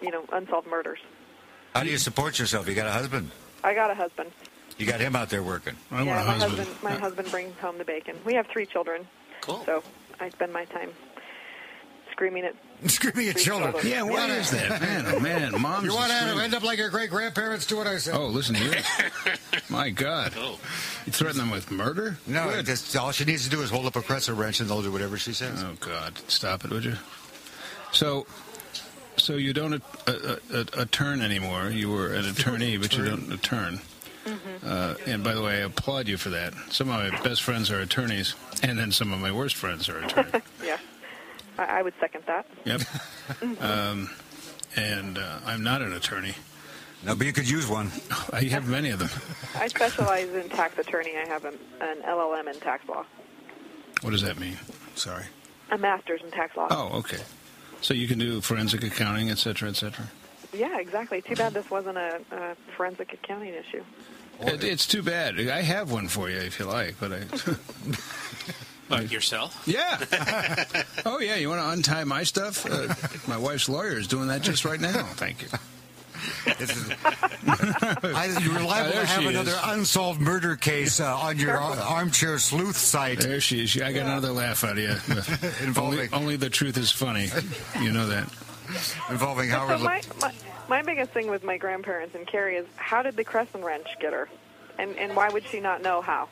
you know unsolved murders.
how do you support yourself? You got a husband.
I got a husband.
You got him out there working.
I
yeah,
want a
my
husband.
My
Uh,
husband brings home the bacon. We have three children.
Cool.
So I spend my time screaming at
Screaming at
Three
children.
children.
Yeah, what is that? Man, oh man, mom's.
You want
a
to
scream.
end up like your great grandparents? Do what I said.
Oh, listen to you. My God. You threaten them with murder?
No,
Good.
just, all she needs to do is hold up a crescent wrench and they'll do whatever she says.
Oh God, stop it, would you? So, so you don't uh, a, a, a, a turn anymore. You were an attorney, but you don't a turn. Uh, and by the way, I applaud you for that. Some of my best friends are attorneys, and then some of my worst friends are attorneys.
yeah. I, I would second that.
yep. Um, and uh, I'm not an attorney.
No, but you could use one.
I have many of them.
I specialize in tax attorney. I have an, an LLM in tax law,
What does that mean? Sorry.
a master's in tax law.
Oh, okay. So you can do forensic accounting, et cetera, et cetera.
Yeah, exactly. Too bad this wasn't a, a forensic accounting issue.
It, it's too bad. I have one for you if you like, but I.
But yourself?
yeah. Oh yeah, you want to untie my stuff? Uh, my wife's lawyer is doing that just right now. Thank you.
This is, I, you're liable
there
to have
she is.
another unsolved murder case uh, on your ar- armchair sleuth site.
There she is. I got another laugh out of you. only,
Involving-
only the truth is funny. You know that.
involving
But
Howard.
so my, my, my biggest thing with my grandparents and Carrie is how did the crescent wrench get her? And, and why would she not know how?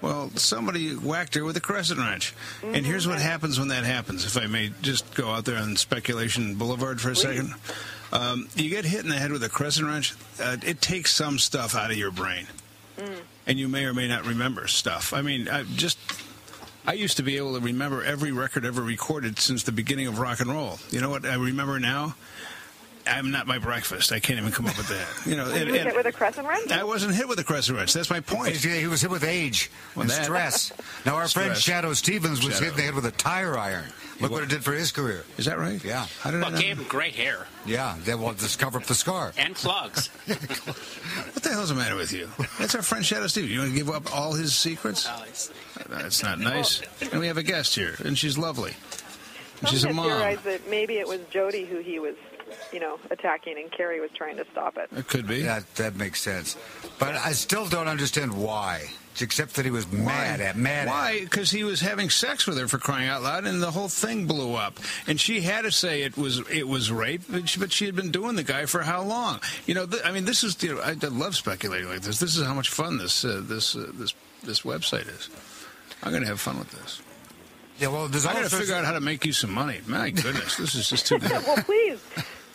Well, somebody whacked her with a crescent wrench. And here's what happens when that happens, if I may just go out there on speculation boulevard for a second. Um, you get hit in the head with a crescent wrench, uh, it takes some stuff out of your brain.
Mm.
and you may or may not remember stuff. I mean, I just I used to be able to remember every record ever recorded since the beginning of rock and roll. You know what I remember now? I'm not my breakfast. I can't even come up with that. You know,
He
and-
was
and-
hit with a crescent wrench.
I wasn't hit with a crescent wrench. That's my point.
He's- He was hit with age
Well,
and
that-
stress. Now, our friend
Stress.
Shadow Stevens was
Shadow.
hit in the head with a tire iron. Look what it did for his career.
Is that right?
Yeah.
How did I
But
not-
gave him great hair
Yeah, that will discover up the scar.
and clogs.
What the hell's the matter with you? That's our friend Shadow Steve. You want to give up all his secrets?
Oh,
Uh, That's not nice. And we have a guest here, and she's lovely. And she's
Some
a
had
mom.
theorized that maybe it was Jody who he was, you know, attacking, and Carrie was trying to stop it.
It could be.
That that makes sense. But I still don't understand why, except that he was mad at mad.
Why?
At.
Because he was having sex with her for crying out loud, and the whole thing blew up. And she had to say it was it was rape, but she, but she had been doing the guy for how long? You know, th- I mean, this is you know, I, I love speculating like this. This is how much fun this uh, this uh, this this website is. I'm going to have fun with this.
Yeah, well, there's
I got to
also-
figure out how to make you some money. My goodness, this is just too good.
well, please,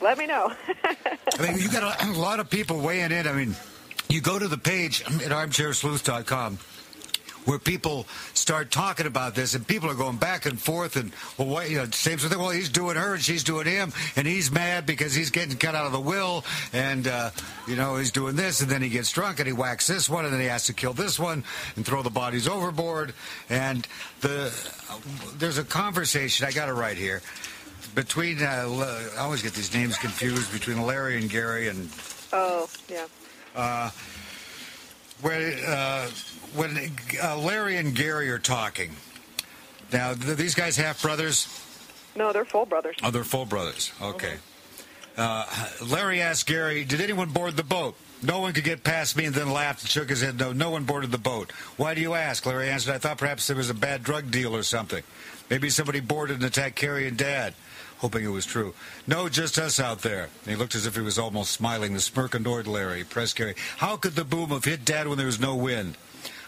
let me know.
I mean, you got a, a lot of people weighing in. I mean, you go to the page at armchairsleuth.com where people start talking about this, and people are going back and forth, and well, what, you know, same sort of thing. Well, he's doing her, and she's doing him, and he's mad because he's getting cut out of the will, and uh, you know he's doing this, and then he gets drunk, and he whacks this one, and then he has to kill this one, and throw the bodies overboard, and the there's a conversation I got it right here between uh, Le- I always get these names confused between Larry and Gary and
oh, yeah.
where uh, when uh, Larry and Gary are talking. Now th- these guys half brothers.
No, they're full brothers.
Oh, they're full brothers. Okay. Uh, Larry asked Gary, "Did anyone board the boat?" No one could get past me, and then laughed and shook his head. No, no one boarded the boat. Why do you ask? Larry answered. I thought perhaps there was a bad drug deal or something. Maybe somebody boarded and attacked Carrie and Dad, hoping it was true. No, just us out there. And he looked as if he was almost smiling. The smirk annoyed Larry. Pressed Gary. How could the boom have hit Dad when there was no wind?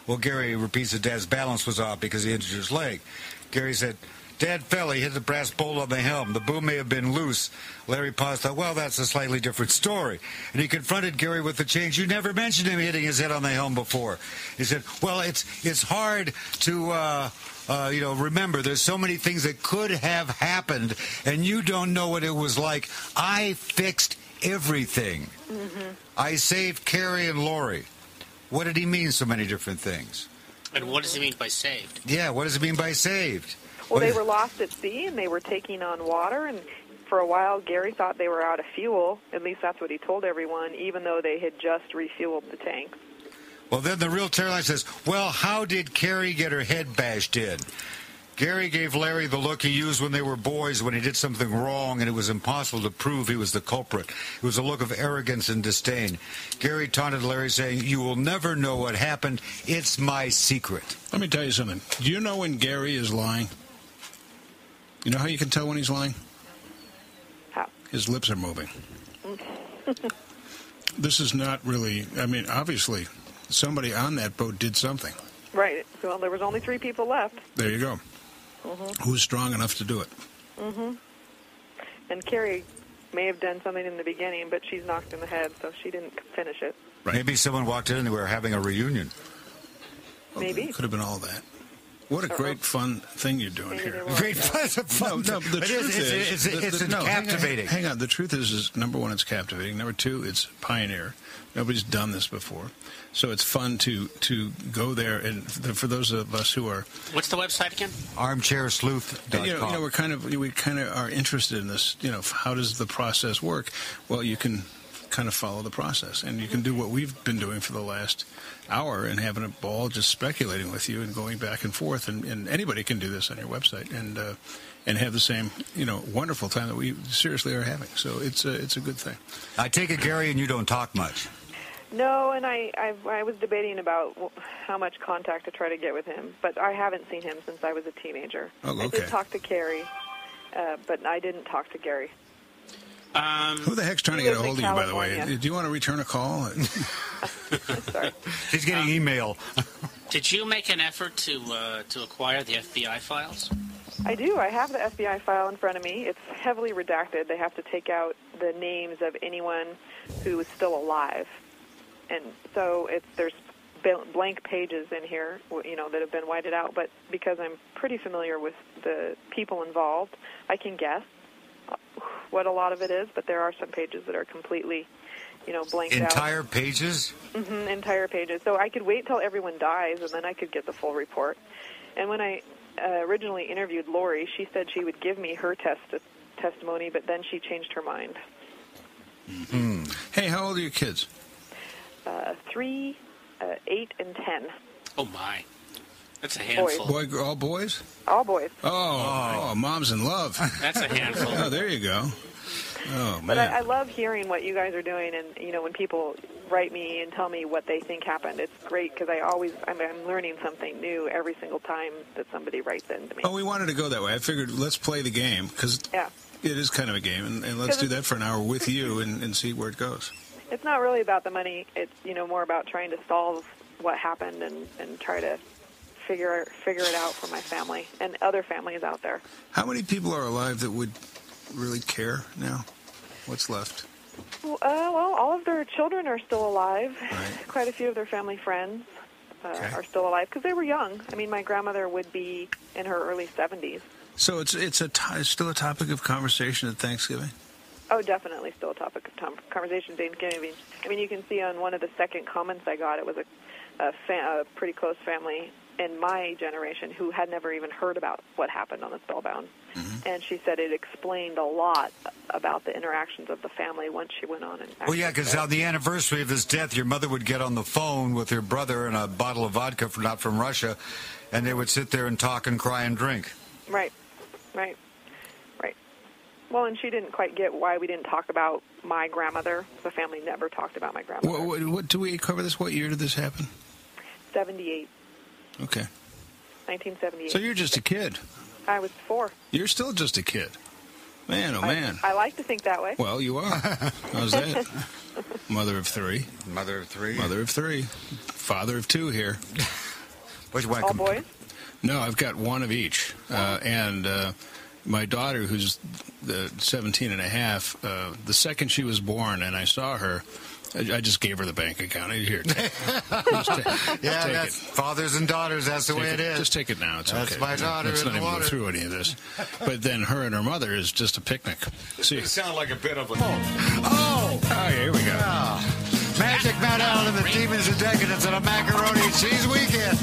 Well, Gary repeats that Dad's balance was off because he injured his leg. Gary said, Dad fell. He hit the brass bowl on the helm. The boom may have been loose. Larry paused, thought, well, that's a slightly different story. And he confronted Gary with the change. You never mentioned him hitting his head on the helm before. He said, well, it's, it's hard to, uh, uh, you know, remember, there's so many things that could have happened, and you don't know what it was like. I fixed everything. I saved Carrie and Lori. What did he mean so many different things?
And what does he mean by saved?
Yeah, what does it mean by saved?
Well, they
What-
were lost at sea and they were taking on water. And for a while, Gary thought they were out of fuel. At least that's what he told everyone, even though they had just refueled the tank.
Well, then the real terror line says, Well, how did Carrie get her head bashed in? Gary gave Larry the look he used when they were boys when he did something wrong and it was impossible to prove he was the culprit. It was a look of arrogance and disdain. Gary taunted Larry, saying, You will never know what happened. It's my secret.
Let me tell you something. Do you know when Gary is lying? You know how you can tell when he's lying?
How?
His lips are moving. this is not really, I mean, obviously, somebody on that boat did something.
Right. Well, there was only three people left,
There you go.
Mm-hmm.
Who's strong enough to do it?
and Carrie may have done something in the beginning, but she's knocked in the head, so she didn't finish it.
Right.
Maybe someone walked in and they were having a reunion.
Maybe.
It could have been all that. What a great fun thing you're doing
Maybe
here.
they were.
Great pleasant
No,
fun.
no, but the
It
truth
is- it's-
is,
it's,
the-
it's
the- no, hang on,
captivating.
Hang, on, the truth is, is number one, it's captivating. Number two, it's pioneer. Nobody's done this before, so it's fun to to go there. And f- for those of us who are,
What's the website again?
Armchairsleuth.com.
and, you know, you know, we're kind of we kind of are interested in this. You know, f- how does the process work? Well, you can kind of follow the process, and you can do what we've been doing for the last hour and having a ball just speculating with you and going back and forth. And, and anybody can do this on your website and uh, and have the same you know wonderful time that we seriously are having. So it's a, it's a good thing.
I take it, Gary, and you don't talk much.
No, and I, I I was debating about w- how much contact to try to get with him, but I haven't seen him since I was a teenager.
Oh,
I
okay.
did talk to Carrie, uh, but I didn't talk to Gary.
Who the heck's trying to
He
get a
lives in
hold of you, by the way?
California.
Do you want to return a call?
Sorry.
He's getting
Um,
email.
Did you make an effort to uh, to acquire the FBI files?
I do. I have the FBI file in front of me. It's heavily redacted. They have to take out the names of anyone who is still alive, and so it's there's bl- blank pages in here, w- you know, that have been whited out. But because I'm pretty familiar with the people involved, I can guess uh, what a lot of it is. But there are some pages that are completely, you know, blanked out.
Entire pages?
hmm entire pages. So I could wait till everyone dies, and then I could get the full report. And when I uh, originally interviewed Lori, she said she would give me her test testimony, but then she changed her mind.
Hey, how old are your kids?
Uh, three, uh, eight, and ten.
Oh my, that's a
Boys.
handful.
Boy, all boys?
All boys.
Oh, oh, mom's in love.
That's a handful.
oh, there you go. Oh
But I, I
man.
love hearing what you guys are doing, and you know when people write me and tell me what they think happened, it's great because I always I'm, I'm learning something new every single time that somebody writes into me.
Oh, we wanted to go that way. I figured let's play the game because
Yeah,
it is kind of a game, and, and let's do that for an hour with you and, and see where it goes.
it's not really about the money. It's you know more about trying to solve what happened and and try to figure figure it out for my family and other families out there.
How many people are alive that would really care now? What's left?
Well, Uh, well, all of their children are still alive.
Right.
Quite a few of their family friends uh,
Okay.
are still alive because they were young. I mean, my grandmother would be in her early 70s.
So it's it's a to- it's still a topic of conversation at Thanksgiving.
Oh, definitely still a topic of tom- conversation, Thanksgiving. I mean, you can see on one of the second comments I got, it was a, a, fa- a pretty close family in my generation who had never even heard about what happened on the Spellbound. And she said it explained a lot about the interactions of the family once she went on and
Well, yeah,
actually
because on the anniversary of his death, your mother would get on the phone with her brother and a bottle of vodka, from, not from Russia, and they would sit there and talk and cry and drink.
Right, right, right. Well, and she didn't quite get why we didn't talk about my grandmother. The family never talked about my grandmother.
What, what, what do we cover this? What year did this happen?
78,
Okay,
1978.
so you're just a kid.
I was four.
You're still just a kid. Man, oh
I-
man.
I, like to think that way.
Well, you are. How's that? Mother of three.
Mother of three.
Mother of three. Father of two here.
Which one?
All boys?
No, I've got one of each. Uh, and uh, my daughter, who's the 17 and a half, uh, the second she was born and I saw her, I, I just gave her the bank account. Here, take, just ta-
Yeah,
take
that's
it.
fathers and daughters. That's the
Take
way it
it-
is.
Just take it now. It's
That's
okay.
my daughter
Let's
in
not
the
even
water.
go through any of this. But then her and her mother is just a picnic. See?
sound like a bit of a.
oh,
Oh, yeah, here we go.
Ah. Magic Matt Allen and the Demons of Decadence on a macaroni and cheese weekend.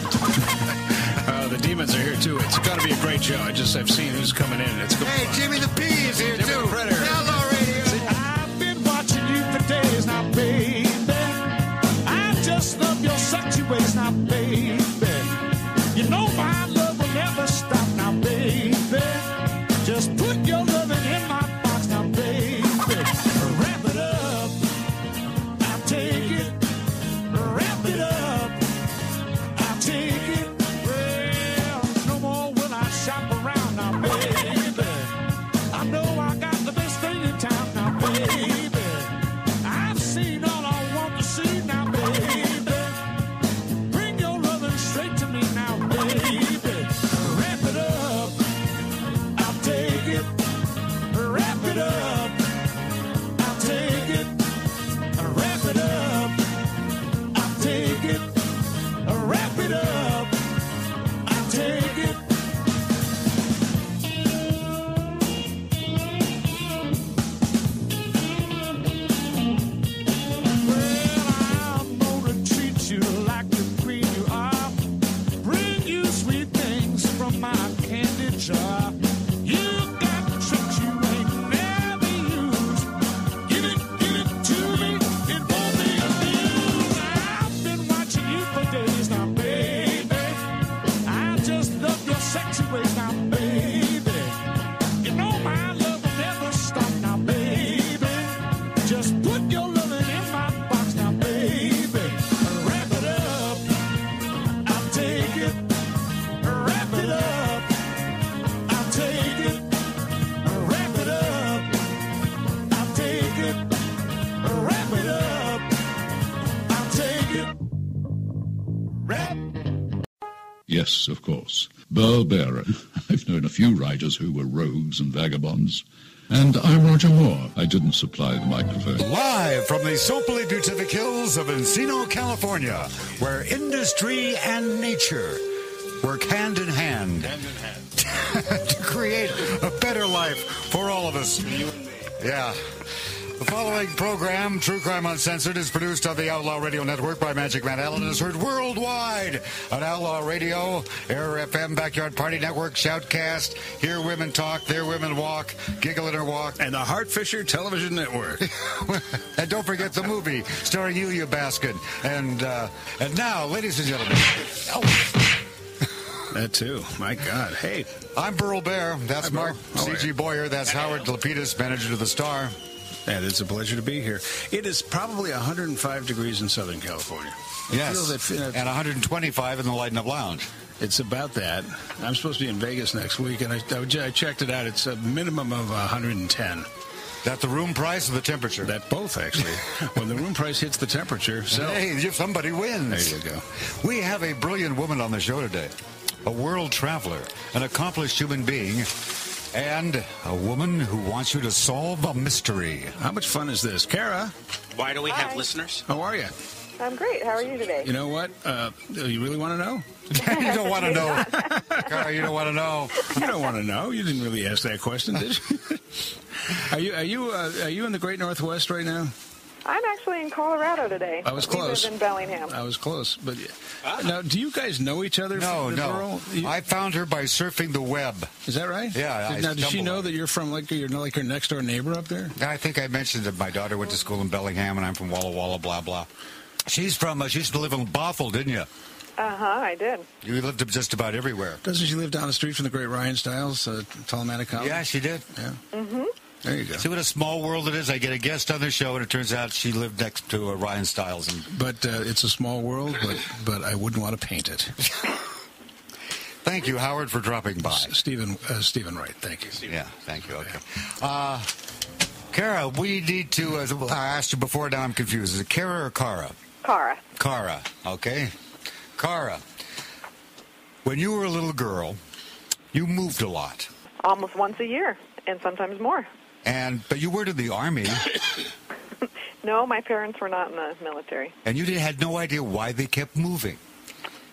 Uh, the demons are here too. It's got to be a great show. I just I've seen who's coming in. and It's going
Hey,
fun.
Jimmy the P is here
Jimmy
too.
the Predator.
Outlaw Radio.
I've been watching you for days now, baby. I just love your sexy ways now, baby. You know my love will never stop now, baby. Just put your loving in my box now, baby. Wrap it up. I'll take it. Wrap it up. I'll take it. Well, no more will I shop around now, baby. I know I got the best thing in town now, baby. I've seen all I want to see now, baby. Bring your loving straight to me now, baby. Wrap it up, I'll take it. Wrap it up, I'll take it. Wrap it up, I'll take it. Wrap it up, I'll take it. Well, I'm gonna treat you like the queen you are. Bring you sweet things from my candy jar. You got tricks you ain't never used. Give it, give it to me. It won't be abused. I've been watching you for days now, baby. I just love your sexy ways now, baby. You know my love will never stop now, baby. Just put your loving in my box now, baby. Wrap it up. I'll take it. Wrap it up. I'll take it. Wrap it up. I'll take it. Wrap it up. I'll take it. Wrap
Yes, of course. Burl Bearer. I've known a few writers who were rogues and vagabonds. And I'm Roger Moore. I didn't supply the microphone.
Live from the soapily butyric hills of Encino, California, where industry and nature work hand in hand, to create a better life for all of us. Yeah. The following program, True Crime Uncensored, is produced on the Outlaw Radio Network by Magic Man Allen and is heard worldwide on Outlaw Radio, Air FM, Backyard Party Network, Shoutcast, Hear Women Talk, Their Women Walk, Giggle in Her Walk.
And the Hartfisher Television Network.
and don't forget the movie starring Yulia Baskin. And, uh, and now, ladies and gentlemen. Oh,
That too. My God. Hey.
I'm Burl Bear. That's
Hi, Burl.
Mark
How are
C.G.
you?
Boyer. That's Howard Lapidus, manager of the Star.
And it's a pleasure to be here. It is probably 105 degrees in Southern California. It feels that-
Yes.
you know,
And 125 in the Lighten Up Lounge.
It's about that. I'm supposed to be in Vegas next week, and I, I checked it out. It's a minimum of 110.
That the room price or the temperature?
That both, actually. when the room price hits the temperature, so
Hey, you- somebody wins.
There you go.
We have a brilliant woman on the show today, a world traveler, an accomplished human being, and a woman who wants you to solve a mystery.
How much fun is this? Kara,
Why do we have listeners?
how are you?
I'm great. How are you today?
You know what? Uh, you really want to know?
you don't want to know. Cara, you don't want to know.
You don't want to know. You didn't really ask that question, did you? are you are you uh, are you in the Great Northwest right now?
I'm actually in Colorado today.
I was
We live
close. Uh,
in Bellingham.
I was close, but now do you guys know each other?
Ah. No,
from the
no.
borough? You-
I found her by surfing the web.
is that right?
Yeah, I
Now, does she
stumbled
know
on
that you're from like you're like her next door neighbor up there?
I think I mentioned that my daughter went to school in Bellingham, and I'm from Walla Walla, blah, blah. She's from, uh, she used to live in Bothell, didn't you?
Uh huh. I did.
You lived up just about everywhere.
Doesn't she live down the street from the great Ryan Stiles, uh, Talamatic College?
Yeah, she did.
Yeah. Mm-hmm. There you go.
See what a small world it is. I get a guest on the show, and it turns out she lived next to uh, Ryan Stiles. And
But uh, it's a small world, but but I wouldn't want to paint it.
thank you, Howard, for dropping by.
Stephen uh, Stephen Wright, thank you.
Yeah, thank you. Okay. Uh, Kara, we need to. Uh, I asked you before, now I'm confused. Is it Kara or Kara?
Cara.
Kara, okay? Kara, when you were a little girl, you moved a lot.
Almost once a year, and sometimes more.
And but you were to the army,
No, my parents were not in the military.
and you did, had no idea why they kept moving.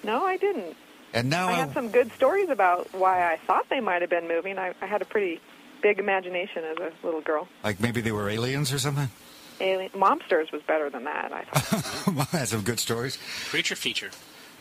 No, I didn't.
And now
I
Oh.
had some good stories about why I thought they might have been moving. I, I had a pretty big imagination as a little girl.
like maybe they were aliens or something.
Alien, Momsters was better than that. I thought.
I had some good stories.
Creature feature.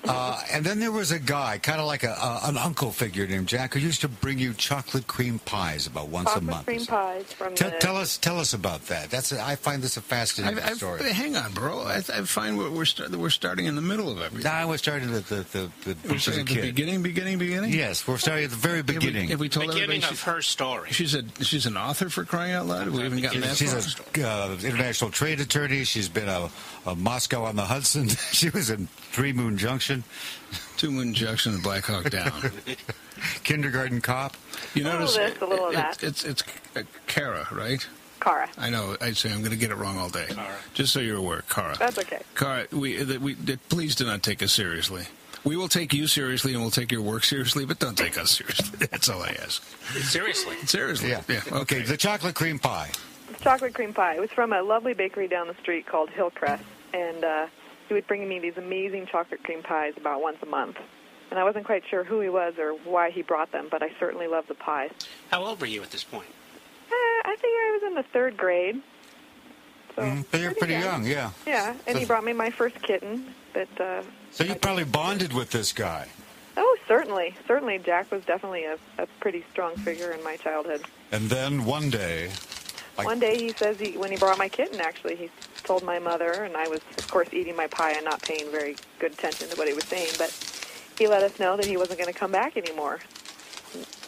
Uh, and then there was a guy, kind of like a, a an uncle figure named Jack, who used to bring you chocolate cream pies about once a
Chocolate
month.
cream pies from
Tell,
the
tell us, tell us about that. That's a, I find this a
I,
fascinating
I,
story.
hang on, bro. I, I find we're we're, start, we're starting in the middle of everything.
now we're starting at the the, the, the,
we're starting at the
kid.
beginning, beginning, beginning.
Yes, we're starting at the very
If we,
beginning.
if we told everybody
Beginning
she,
of her story.
she's a she's an author for crying out loud, have we even gotten that
She's
far?
an uh, international trade attorney. She's been a, a Moscow on the Hudson. she was in Three Moon Junction,
Two Moon Junction and Black Hawk Down.
kindergarten cop.
You
A little
notice
this, Oh, a little
it-
that.
It's it's, it's Kara, right?
Cara.
I know. I say I'm going to get it wrong all day. Just so you're aware, Cara.
That's okay.
Cara, we that we that please do not take us seriously. We will take you seriously and we'll take your work seriously, but don't take us seriously. That's all I ask.
Seriously.
Seriously.
Yeah.
okay.
The chocolate cream pie.
chocolate cream pie. It was from a lovely bakery down the street called Hillcrest, and uh, he would bring me these amazing chocolate cream pies about once a month. And I wasn't quite sure who he was or why he brought them, but I certainly loved the pies.
How old were you at this point?
Eh, I think I was in the third grade. So
But Mm, you're pretty young, yeah.
Yeah, and he
So-
brought me my first kitten. But uh,
So you probably bonded with this guy.
oh, certainly, certainly, Jack was definitely a, a pretty strong figure in my childhood.
And then one day, like-
One day he says he, when he brought my kitten, actually, he told my mother, and I was, of course, eating my pie and not paying very good attention to what he was saying, but he let us know that he wasn't going to come back anymore.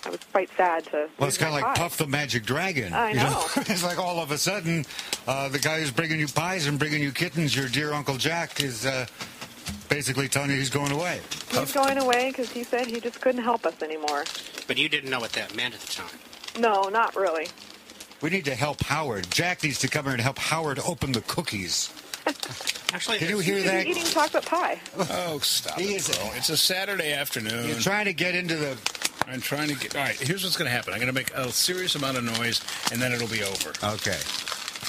I was quite sad to.
well, it's kind of like Puff the Magic Dragon.
I
you
know.
it's like all of a sudden, uh, the guy who's bringing you pies and bringing you kittens, your dear Uncle Jack, is uh, basically telling you he's going away.
He's going away because he said he just couldn't help us anymore.
But you didn't know what that meant at the time.
No, not really.
We need to help Howard. Jack needs to come here and help Howard open the cookies.
Actually,
Did you hear
He was
that?
eating chocolate pie.
Oh, stop
He
it,
is-
bro. It's a Saturday afternoon.
You're trying to get into the
I'm trying to get. All right, here's what's going to happen. I'm going to make a serious amount of noise, and then it'll be over.
Okay.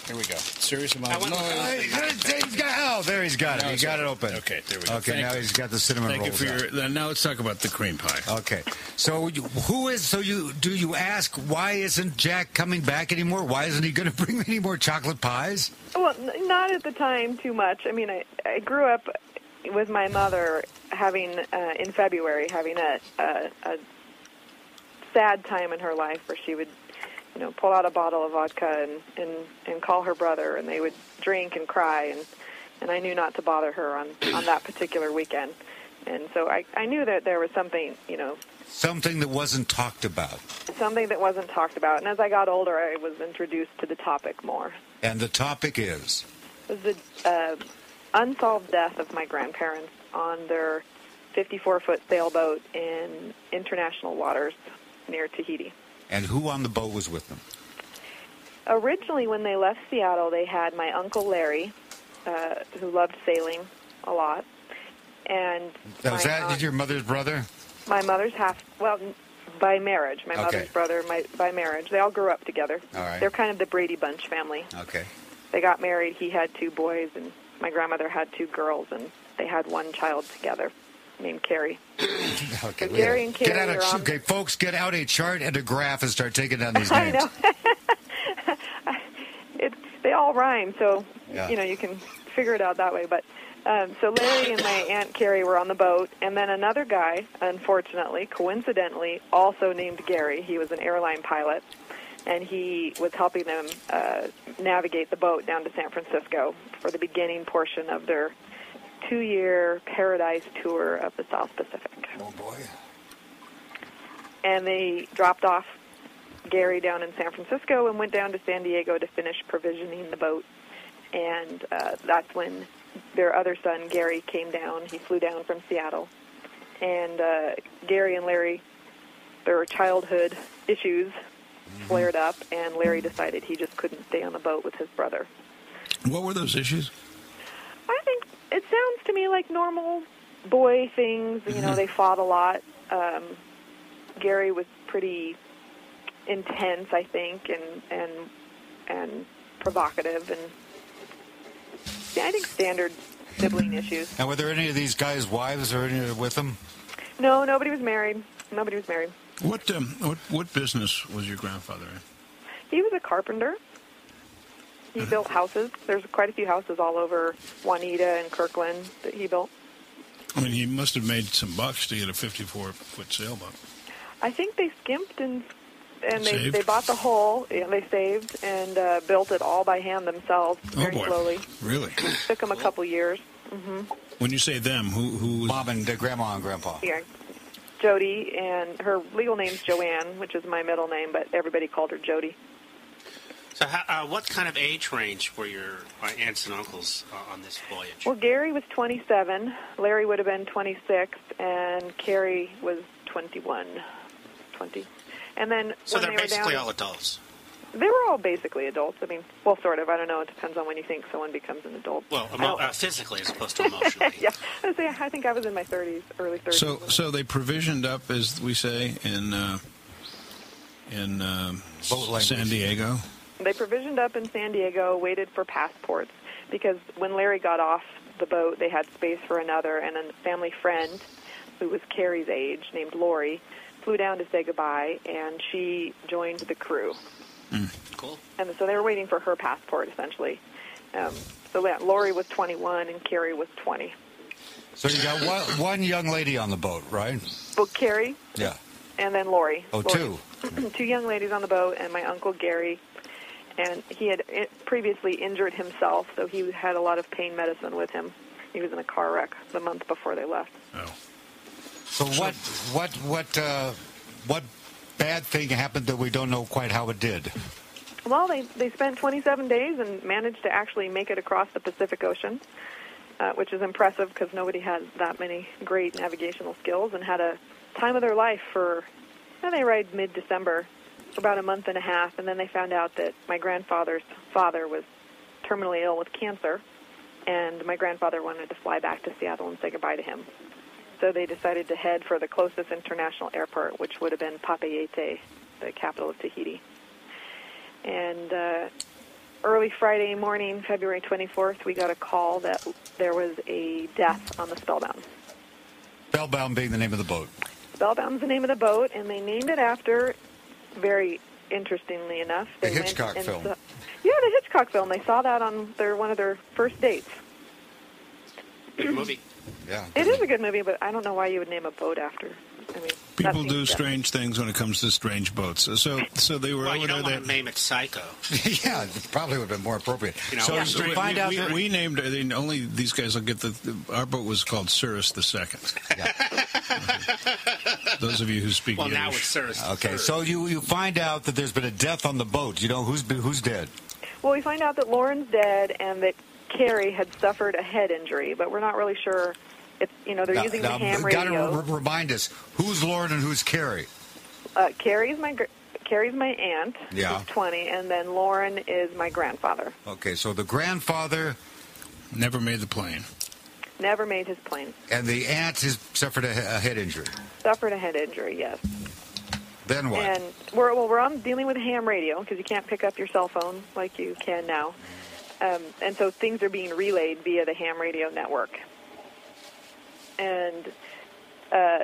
Here we go. Serious amount
I
of
went with the
noise.
He's got, oh, there he's got it.
Oh, Now
He
it's
got it open.
Okay, there we go.
Okay,
Thank
now
you.
he's got the cinnamon
Thank you
rolls
for
out.
your. then Now let's talk about the cream pie.
Okay. So you- who is so you do you ask why isn't Jack coming back anymore? Why isn't he going to bring any more chocolate pies?
Well, n- not at the time too much. I mean, I, I grew up with my mother having uh, in February having a, a a sad time in her life where she would, you know, pull out a bottle of vodka and and and call her brother, and they would drink and cry, and and I knew not to bother her on on that particular weekend, and so I I knew that there was something, you know,
Something that wasn't talked about.
something that wasn't talked about, and as I got older, I was introduced to the topic more.
And the topic is
was the uh, unsolved death of my grandparents on their 54 foot sailboat in international waters near Tahiti.
and who on the boat was with them?
Originally, when they left Seattle, they had my uncle Larry, uh, who loved sailing a lot, and
Now, was
my
that
aunt-
your mother's brother?
my mother's half well n- by marriage my
Okay.
mother's brother my by marriage they all grew up together
All right.
they're kind of the brady bunch family
Okay.
they got married. He had two boys, and my grandmother had two girls, and they had one child together named Carrie.
Okay.
So Gary and
get
Carrie
out
are
a,
on-
okay, folks, get out a chart and a graph and start taking down these names.
I know. it, they all rhyme, so
Yeah.
you know you can figure it out that way. But um, so Larry and my aunt Carrie were on the boat, and then another guy, unfortunately, coincidentally, also named Gary. He was an airline pilot, and he was helping them uh, navigate the boat down to San Francisco for the beginning portion of their two-year paradise tour of the South Pacific.
Oh boy.
And they dropped off Gary down in San Francisco and went down to San Diego to finish provisioning the boat. And uh, that's when their other son, Gary, came down. He flew down from Seattle. And uh, Gary and Larry, their childhood issues flared up, and Larry decided he just couldn't stay on the boat with his brother.
What were those issues?
I think it sounds to me like normal boy things. You know, they fought a lot. Um, Gary was pretty intense, I think, and and and provocative, and yeah, I think standard sibling issues.
And were there any of these guys' wives or any with them?
No, nobody was married. Nobody was married.
What um, what what business was your grandfather in?
He was a carpenter. He built houses. There's quite a few houses all over Juanita and Kirkland that he built.
I mean, he must have made some bucks to get a 54 foot sailboat.
I think they skimped and and they,
Saved?
they bought the whole and they saved and uh, built it all by hand themselves
Oh,
very
boy.
slowly.
Really?
Took them a couple years. hmm
When you say them, who who was?
Mom and uh, grandma and grandpa.
Yeah. Jody and her legal name's Joanne, which is my middle name, but everybody called her Jody.
So, how, uh, what kind of age range were your uh, aunts and uncles uh, on this voyage?
Well, Gary was 27, Larry would have been 26, and Carrie was 21, 20. And then
So
when
they're
they were down,
basically all adults.
they were all basically adults. I mean, well, sort of. I don't know. It depends on when you think someone becomes an adult.
Well,
I
emo- uh, physically as opposed to emotionally.
Oh. yeah, I was saying, I think I was in my 30s, early 30s.
So so they provisioned up, as we say in uh, in um,
Boat language.
San Diego.
they provisioned up in San Diego, waited for passports because when Larry got off the boat, they had space for another, and a family friend who was Carrie's age, named Lori, flew down to say goodbye, and she joined the crew.
Cool.
And so they were waiting for her passport, essentially. Um, so yeah, Lori was 21 and Carrie was 20.
So you got one, one young lady on the boat, right?
Well, Carrie
Yeah.
and then Lori.
Oh,
Lori. two young ladies on the boat, and my uncle Gary. And he had i- previously injured himself, so he had a lot of pain medicine with him. He was in a car wreck the month before they left.
Oh,
So what what what uh, what bad thing happened that we don't know quite how it did?
Well, they, they spent 27 days and managed to actually make it across the Pacific Ocean, uh, which is impressive because nobody has that many great navigational skills and had a time of their life for, and they ride mid December, about a month and a half. And then they found out that my grandfather's father was terminally ill with cancer, and my grandfather wanted to fly back to Seattle and say goodbye to him. So they decided to head for the closest international airport, which would have been Papeete, the capital of Tahiti. And uh, early Friday morning, February 24th, we got a call that there was a death on the Spellbound.
Bellbound being the name of the boat.
Spellbound's the name of the boat, and they named it after, very interestingly enough,
The
they went
Hitchcock
and
film.
saw- yeah, the Hitchcock film. They saw that on their one of their first dates.
Good movie.
Yeah.
It is a good movie, but I don't know why you would name a boat after. I mean, that
People do
seems-
strange things when it comes to strange boats. So, so they were
Well, you
over
don't
there.
want to name it Psycho.
yeah, it probably would have been more appropriate.
You know,
so
yeah,
you
straight-
find
we,
out
we,
that
we named. I mean, only these guys will get the. Our boat was called Cirrus the Second. Those of you who speak
Well, now
Yiddish.
it's Cirrus. the
Okay,
Third.
so you, you find out that there's been a death on the boat. You know who's been, who's dead?
Well, we find out that Lauren's dead and that Carrie had suffered a head injury, but we're not really sure. It's you know they're using the ham
gotta
radio.
re- remind us who's Lauren and who's Carrie.
uh, Carrie's my gr- Carrie's my aunt.
Yeah.
who's twenty, and then Lauren is my grandfather.
Okay, so the grandfather
never made the plane.
Never made his plane.
and the aunt has suffered a, he- a head injury.
Suffered a head injury. Yes.
Then what?
And we're well, we're on dealing with ham radio because you can't pick up your cell phone like you can now, um, and so things are being relayed via the ham radio network. And uh,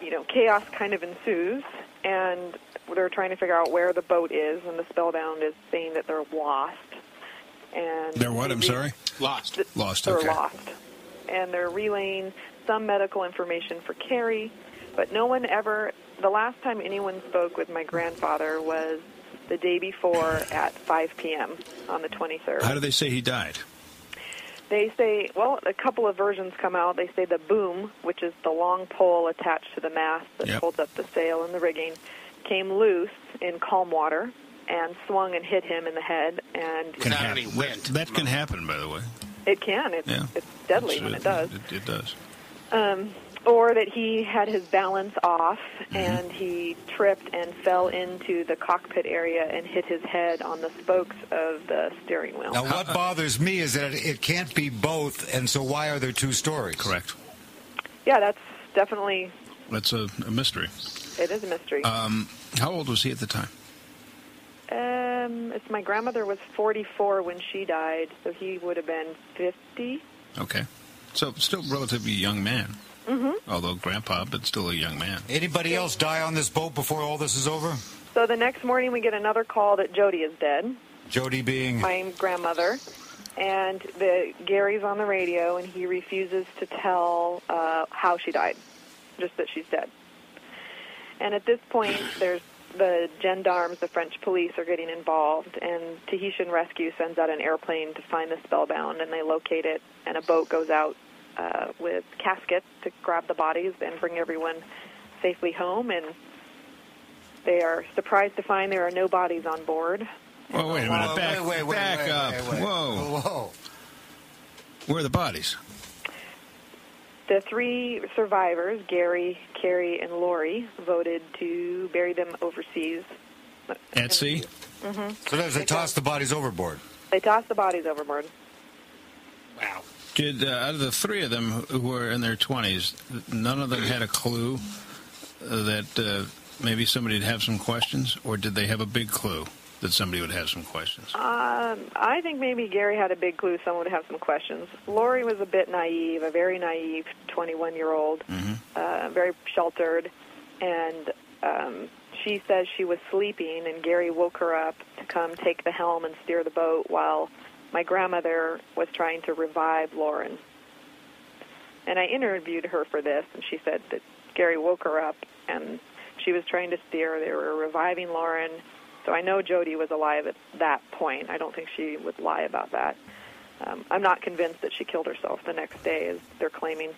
you know, chaos kind of ensues, and they're trying to figure out where the boat is, and the spellbound is saying that they're lost. And
They're what? I'm
they-
sorry.
Lost.
th-
Lost,
They're
okay.
lost, and they're relaying some medical information for Carrie, but no one ever. The last time anyone spoke with my grandfather was the day before at 5 p.m. on the 23rd.
How do they say he died?
They say, well, a couple of versions come out. They say the boom, which is the long pole attached to the mast that
Yep.
holds up the sail and the rigging, came loose in calm water and swung and hit him in the head. And
Without any wind.
That can happen, by the way.
it can. It's,
Yeah.
it's deadly when it does.
It, it does.
Um, or that he had his balance off and he tripped and fell into the cockpit area and hit his head on the spokes of the steering wheel.
now, what bothers me is that it, it can't be both, and so why are there two stories?
Correct.
Yeah, that's definitely,
That's a, a mystery.
it is a mystery.
Um, how old was he at the time?
Um, it's my grandmother was 44 when she died, so he would have been 50.
Okay, so still relatively young man. Mm-hmm. Although grandpa, but still a young man.
Anybody else die on this boat before all this is over?
So the next morning we get another call that Jody is dead,
Jody being
my grandmother, and the Gary's on the radio and he refuses to tell uh, how she died, just that she's dead. And at this point, there's the gendarmes, the French police are getting involved, and Tahitian Rescue sends out an airplane to find the spellbound, and they locate it, and a boat goes out uh, with caskets to grab the bodies and bring everyone safely home, and they are surprised to find there are no bodies on board.
Oh wait a minute!
Whoa,
back
wait, wait, wait,
back
wait,
up!
wait, wait.
Whoa!
Whoa!
Where are the bodies?
The three survivors, Gary, Carrie, and Lori, voted to bury them overseas.
At sea?
So there's they toss the bodies overboard.
They tossed the bodies overboard.
Wow.
Did uh, out of the three of them who were in their twenties, none of them had a clue uh, that uh, maybe somebody'd have some questions, or did they have a big clue that somebody would have some questions?
Um, I think maybe Gary had a big clue someone would have some questions. Lori was a bit naive, a very naive 21 year old, uh, very sheltered, and um, she says she was sleeping, and Gary woke her up to come take the helm and steer the boat while my grandmother was trying to revive Lauren. And I interviewed her for this, and she said that Gary woke her up and she was trying to steer. They were reviving Lauren. So I know Jody was alive at that point. I don't think she would lie about that. Um, I'm not convinced that she killed herself the next day, as they're claiming.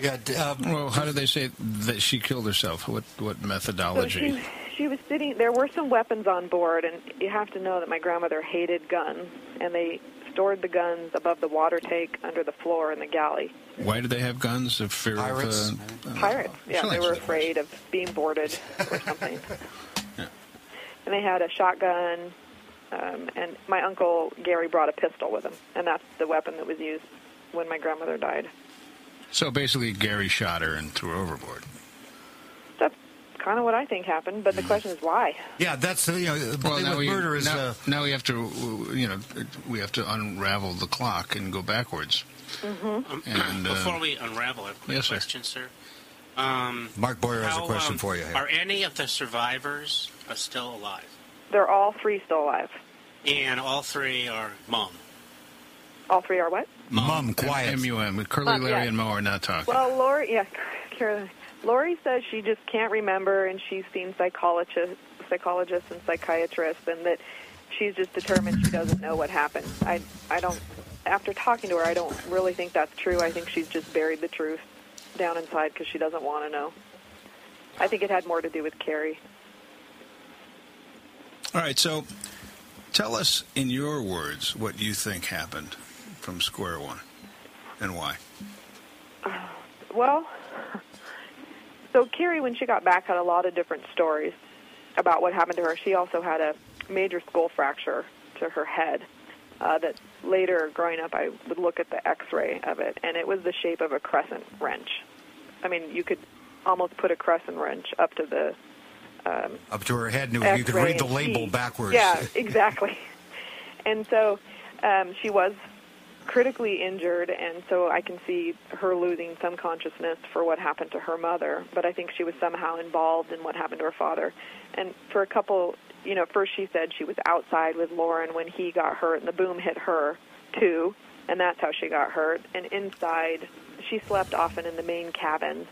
Yeah. d- Um,
Well, how did they say that she killed herself? What what methodology?
So she, she was sitting. There were some weapons on board, and you have to know that my grandmother hated guns, and they stored the guns above the water tank under the floor in the galley.
Why did they have guns? Of fear
Pirates.
of uh, uh,
Pirates. Yeah,
she'll
they
answer
were
that
afraid of being boarded or something. And they had a shotgun, um, and my uncle Gary brought a pistol with him, and that's the weapon that was used when my grandmother died.
So basically, Gary shot her and threw her overboard.
Kind of what I think happened, but the question is why?
Yeah, that's the you know, the thing with murder is
now,
uh,
now we have to uh, you know we have to unravel the clock and go backwards.
Mm-hmm.
And, uh,
Before we unravel, I have a quick
Yes, sir.
question, sir. Um,
Mark Boyer has a
how,
question
um,
for you. here.
Are any of the survivors uh, still alive?
They're all three still alive.
And all three are mom.
All three are what?
Mum,
quiet. M U M. With Curly,
Mum,
Larry,
yeah.
and Mo are not talking.
Well, Lori, yeah, Carolyn. Lori says she just can't remember, and she's seen psychologists, psychologists and psychiatrists, and that she's just determined she doesn't know what happened. I, I don't. After talking to her, I don't really think that's true. I think she's just buried the truth down inside because she doesn't want to know. I think it had more to do with Carrie.
All right, so tell us in your words what you think happened from square one and why.
Well, so Carrie, when she got back, had a lot of different stories about what happened to her. She also had a major skull fracture to her head. Uh, that later, growing up, I would look at the X-ray of it, and it was the shape of a crescent wrench. I mean, you could almost put a crescent wrench up to the um,
up to her head, and you could
X-ray
read the
and
label
see.
backwards.
Yeah, exactly. and so um, she was critically injured, and so I can see her losing some consciousness for what happened to her mother. But I think she was somehow involved in what happened to her father. And for a couple, you know, first she said she was outside with Lauren when he got hurt, and the boom hit her too, and that's how she got hurt. And inside, she slept often in the main cabin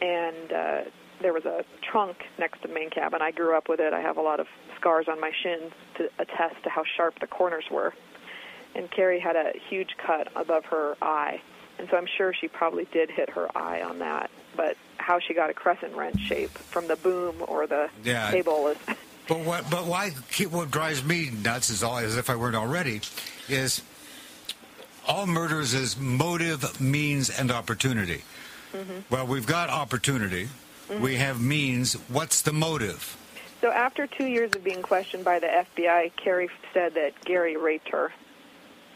and uh, there was a trunk next to the main cabin. I grew up with it. I have a lot of scars on my shins to attest to how sharp the corners were. And Carrie had a huge cut above her eye, and so I'm sure she probably did hit her eye on that. But how she got a crescent wrench shape from the boom or the
Yeah.
table is
But what? But why? keep- What drives me nuts is all as if I weren't already, is all murders is motive, means, and opportunity.
Mm-hmm.
Well, we've got opportunity. We have means. What's the motive?
So after two years of being questioned by the FBI, Carrie said that Gary raped her,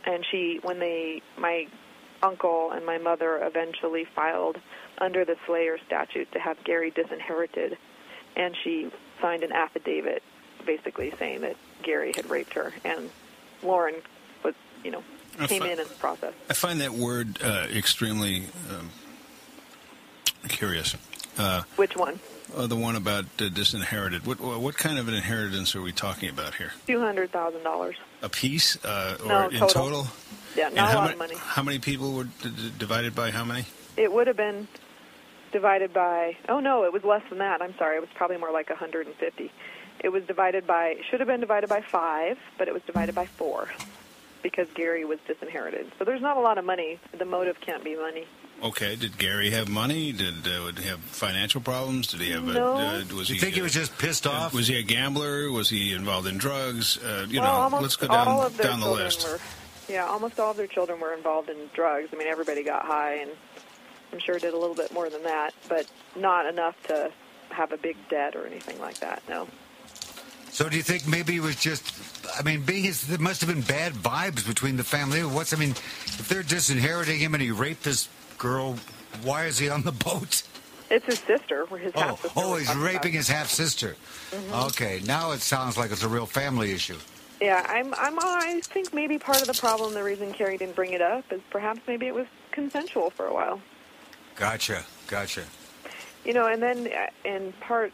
and she, when they, my uncle and my mother eventually filed under the Slayer statute to have Gary disinherited, and she signed an affidavit basically saying that Gary had raped her, and Lauren was, you know,
That's
came
not-
in in the process.
I find that word uh, extremely um, curious. Uh,
Which one?
uh, the one about uh, disinherited. What what kind of an inheritance are we talking about here?
Two hundred thousand dollars.
A piece uh, or
No,
in
total.
total?
Yeah,
And
not a
how
lot
many,
of money.
How many people were d- d- divided by how many?
It would have been divided by. Oh no, it was less than that. I'm sorry. It was probably more like 150. It was divided by. Should have been divided by five, but it was divided by four because Gary was disinherited. So there's not a lot of money. The motive can't be money.
Okay. Did Gary have money? Did uh, would he have financial problems? Did he have?
No.
A, uh, was
You
he?
think he
uh,
was just pissed off?
Was he a gambler? Was he involved in drugs? Uh, you
well,
know,
almost
let's go down
all of their
down the
children
list.
were. Yeah, almost all of their children were involved in drugs. I mean, everybody got high, and I'm sure did a little bit more than that, but not enough to have a big debt or anything like that. No.
So do you think maybe it was just? I mean, being his, there must have been bad vibes between the family. What's I mean, if they're disinheriting him and he raped this girl, why is he on the boat?
It's his sister, or his
Oh,
half-sister
oh,
we're
he's
talking about.
raping his half sister. Okay, now it sounds like it's a real family issue.
Yeah, I'm, I'm. I think maybe part of the problem, the reason Carrie didn't bring it up, is perhaps maybe it was consensual for a while.
Gotcha, gotcha.
You know, and then uh, in part,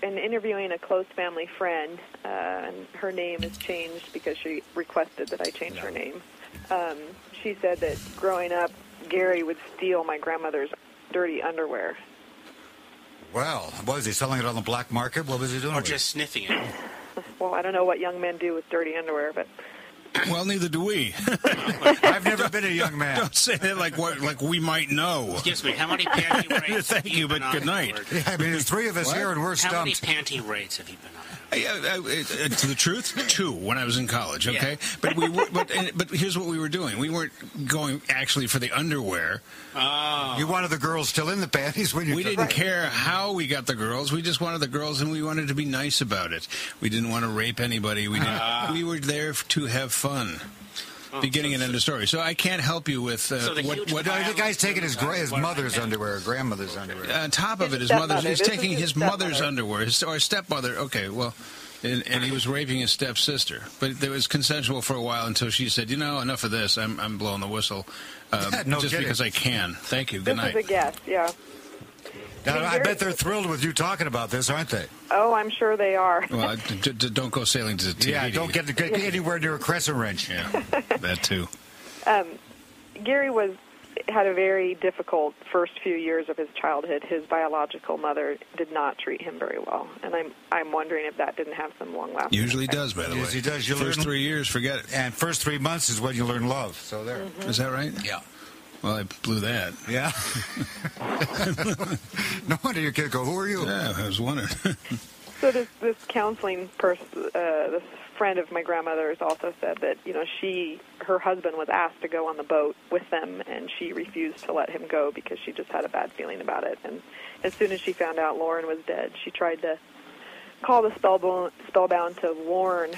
in interviewing a close family friend, uh, and her name is changed because she requested that I change her name. Um, she said that growing up, Gary would steal my grandmother's dirty underwear.
Well, what was he selling it on the black market? What was he
Oh,
doing?
Or
with it?
just sniffing it?
Well, I don't know what young men do with dirty underwear, but
Well, neither do we.
I've never been a young man.
Don't say that like what like we might know.
Excuse me, how many panty raids
Thank
have you
you,
been
but good
on,
night.
Lord?
I mean, there's three of us
What?
here, and we're
How many
stumped.
panty raids have you been on?
Yeah, I, I, it- it's the truth. Two when I was in college.
Yeah.
Okay, but we were, but and- but here's what we were doing. We weren't going actually for the underwear.
You wanted the girls still in the panties when you
We didn't care how we got the girls. We just wanted the girls, and we wanted to be nice
Ah.
about it. We didn't want to rape anybody. We didn't, we were there f- to have fun. beginning and end of story. So I can't help you with uh,
Oh, So the
what,
huge
what
pile The guy's taking his, gra- his mother's underwear, grandmother's underwear.
on uh, top of it, his
His
mother's.
stepmother.
He's
This
taking
is his
his mother's
stepmother.
underwear, his, or his stepmother. Okay, well, and, and he was raping his stepsister, but it was consensual for a while until she said, "You know, enough of this. I'm, I'm blowing the whistle, um,
No
just
kidding.
because I can." Thank you. Good
This is a
night.
guess, yeah.
Now, I bet they're thrilled with you talking about this, aren't they?
Oh, I'm sure they are.
Well, I- d- d- don't go sailing to Tahiti.
Yeah, don't get, get anywhere near a crescent wrench.
Yeah, that too.
Um, Gary was had a very difficult first few years of his childhood. His biological mother did not treat him very well, and I'm I'm wondering if that didn't have some long lasting.
Usually does, by the way.
Usually does. You
First
learn-
three years, forget it.
And first three months is when you learn love. So there. Is
Is that right? Yeah. Well, I blew that.
Yeah. no wonder your kid go, who are you?
Yeah, I was wondering.
So this this counseling person, uh, this friend of my grandmother's, also said that you know she her husband was asked to go on the boat with them, and she refused to let him go because she just had a bad feeling about it. And as soon as she found out Lauren was dead, she tried to call the spellbound spellbound to warn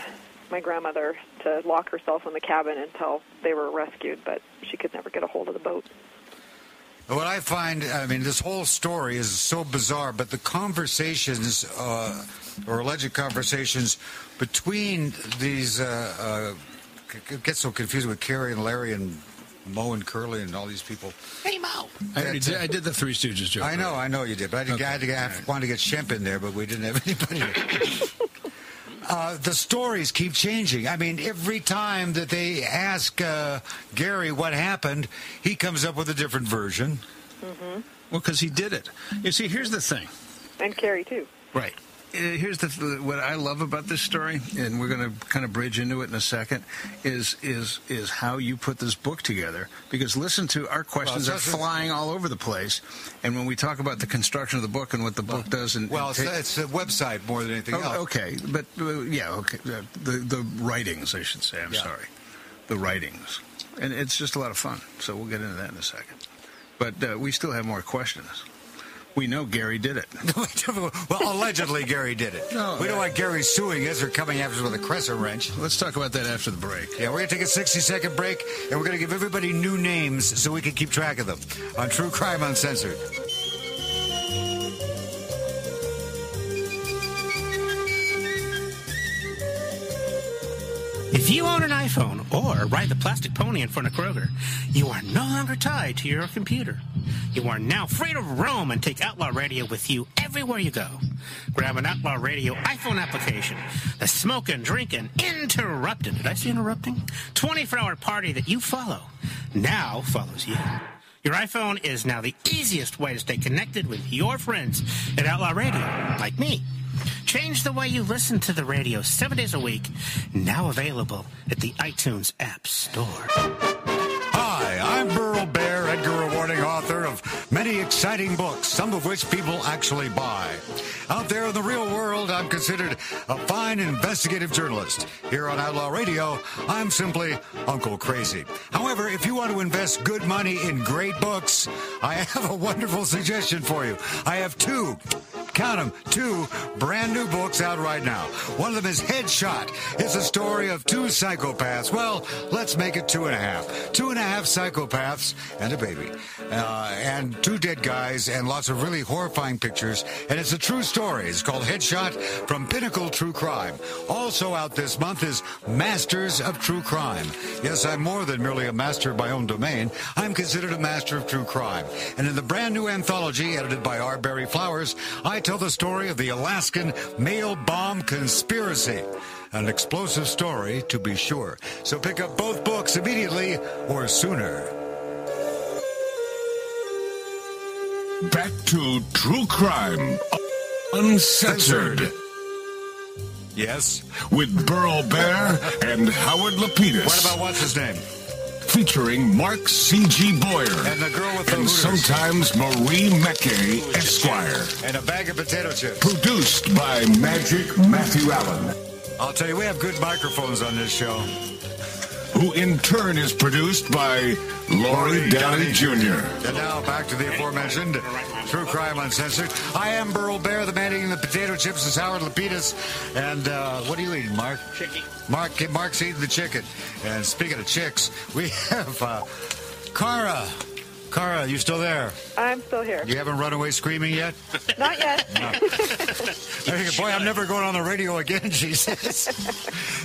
my grandmother to lock herself in the cabin until they were rescued, but she could never get a hold of the boat.
What I find, I mean, this whole story is so bizarre, but the conversations, uh, or alleged conversations, between these, uh, uh, c- c- get so confused with Carrie and Larry and Mo and Curly and all these people.
Hey, Mo.
I, already did, I did the Three Stooges joke.
I know, I know you did, but I, didn't, I, had to, I wanted to get Shemp in there, but we didn't have anybody. uh, the stories keep changing. I mean, every time that they ask uh, Gary what happened, he comes up with a different version.
hmm
Well, because he did it. You see, here's the thing.
And Carrie too.
Right. Uh, Here's the th- what I love about this story, and we're going to kind of bridge into it in a second. Is is is how you put this book together? Because listen to our questions
Well,
are
it's also-
flying all over the place, and when we talk about the construction of the book and what the book does, and
Well,
and
it's,
ta-
it's the website more than anything
Oh,
else.
okay, but uh, yeah, okay. The, the the writings, I should say. I'm
Yeah.
sorry, the writings, and it's just a lot of fun. So we'll get into that in a second. But uh, we still have more questions. We know Gary did it.
well, allegedly Gary did it.
No,
we don't
yeah.
want Gary suing us or coming after us with a crescent wrench.
Let's talk about that after the break.
Yeah, we're going to take a 60 second break and we're going to give everybody new names so we can keep track of them on True Crime Uncensored.
If you own an iPhone or ride the plastic pony in front of Kroger, you are no longer tied to your computer. You are now free to roam and take Outlaw Radio with you everywhere you go. Grab an Outlaw Radio iPhone application. The smoking, drinking, interrupting, did I say interrupting? 24 hour party that you follow now follows you. Your iPhone is now the easiest way to stay connected with your friends at Outlaw Radio, like me. Change the way you listen to the radio seven days a week, now available at the iTunes App Store.
Hi, I'm Burl Bear, Edgar Awarding author of many exciting books, some of which people actually buy. Out there in the real world, I'm considered a fine investigative journalist. Here on Outlaw Radio, I'm simply Uncle Crazy. However, if you want to invest good money in great books, I have a wonderful suggestion for you. I have two count them, two brand new books out right now. One of them is Headshot. It's a story of two psychopaths. Well, let's make it two and a half. Two and a half psychopaths and a baby, uh, and two dead guys, and lots of really horrifying pictures. And it's a true story. It's called Headshot from Pinnacle True Crime. Also out this month is Masters of True Crime. Yes, I'm more than merely a master of my own domain. I'm considered a master of true crime. And in the brand new anthology edited by R. Barry Flowers, I tell the story of the Alaskan mail bomb conspiracy. An explosive story, to be sure. So pick up both books immediately or sooner.
Back to True Crime Uncensored.
Yes?
With Burl Bear and Howard Lapidus.
What about what's his name?
Featuring Mark C.G. Boyer.
And the girl with the
And
hooters.
sometimes Marie Mackey, Esquire.
And a bag of potato chips.
Produced by Magic Matthew Allen.
I'll tell you, we have good microphones on this show.
who in turn is produced by Laurie Downey Jr.
And now back to the aforementioned True Crime Uncensored. I am Burl Bear. The man eating the potato chips is Howard Lapidus. And uh, what are you eating, Mark? Chicken. Mark, Mark's eating the chicken. And speaking of chicks, we have uh, Cara. Cara, you still there?
I'm still here.
You haven't run away screaming yet?
Not yet.
I think, Boy, I'm never going on the radio again, she says.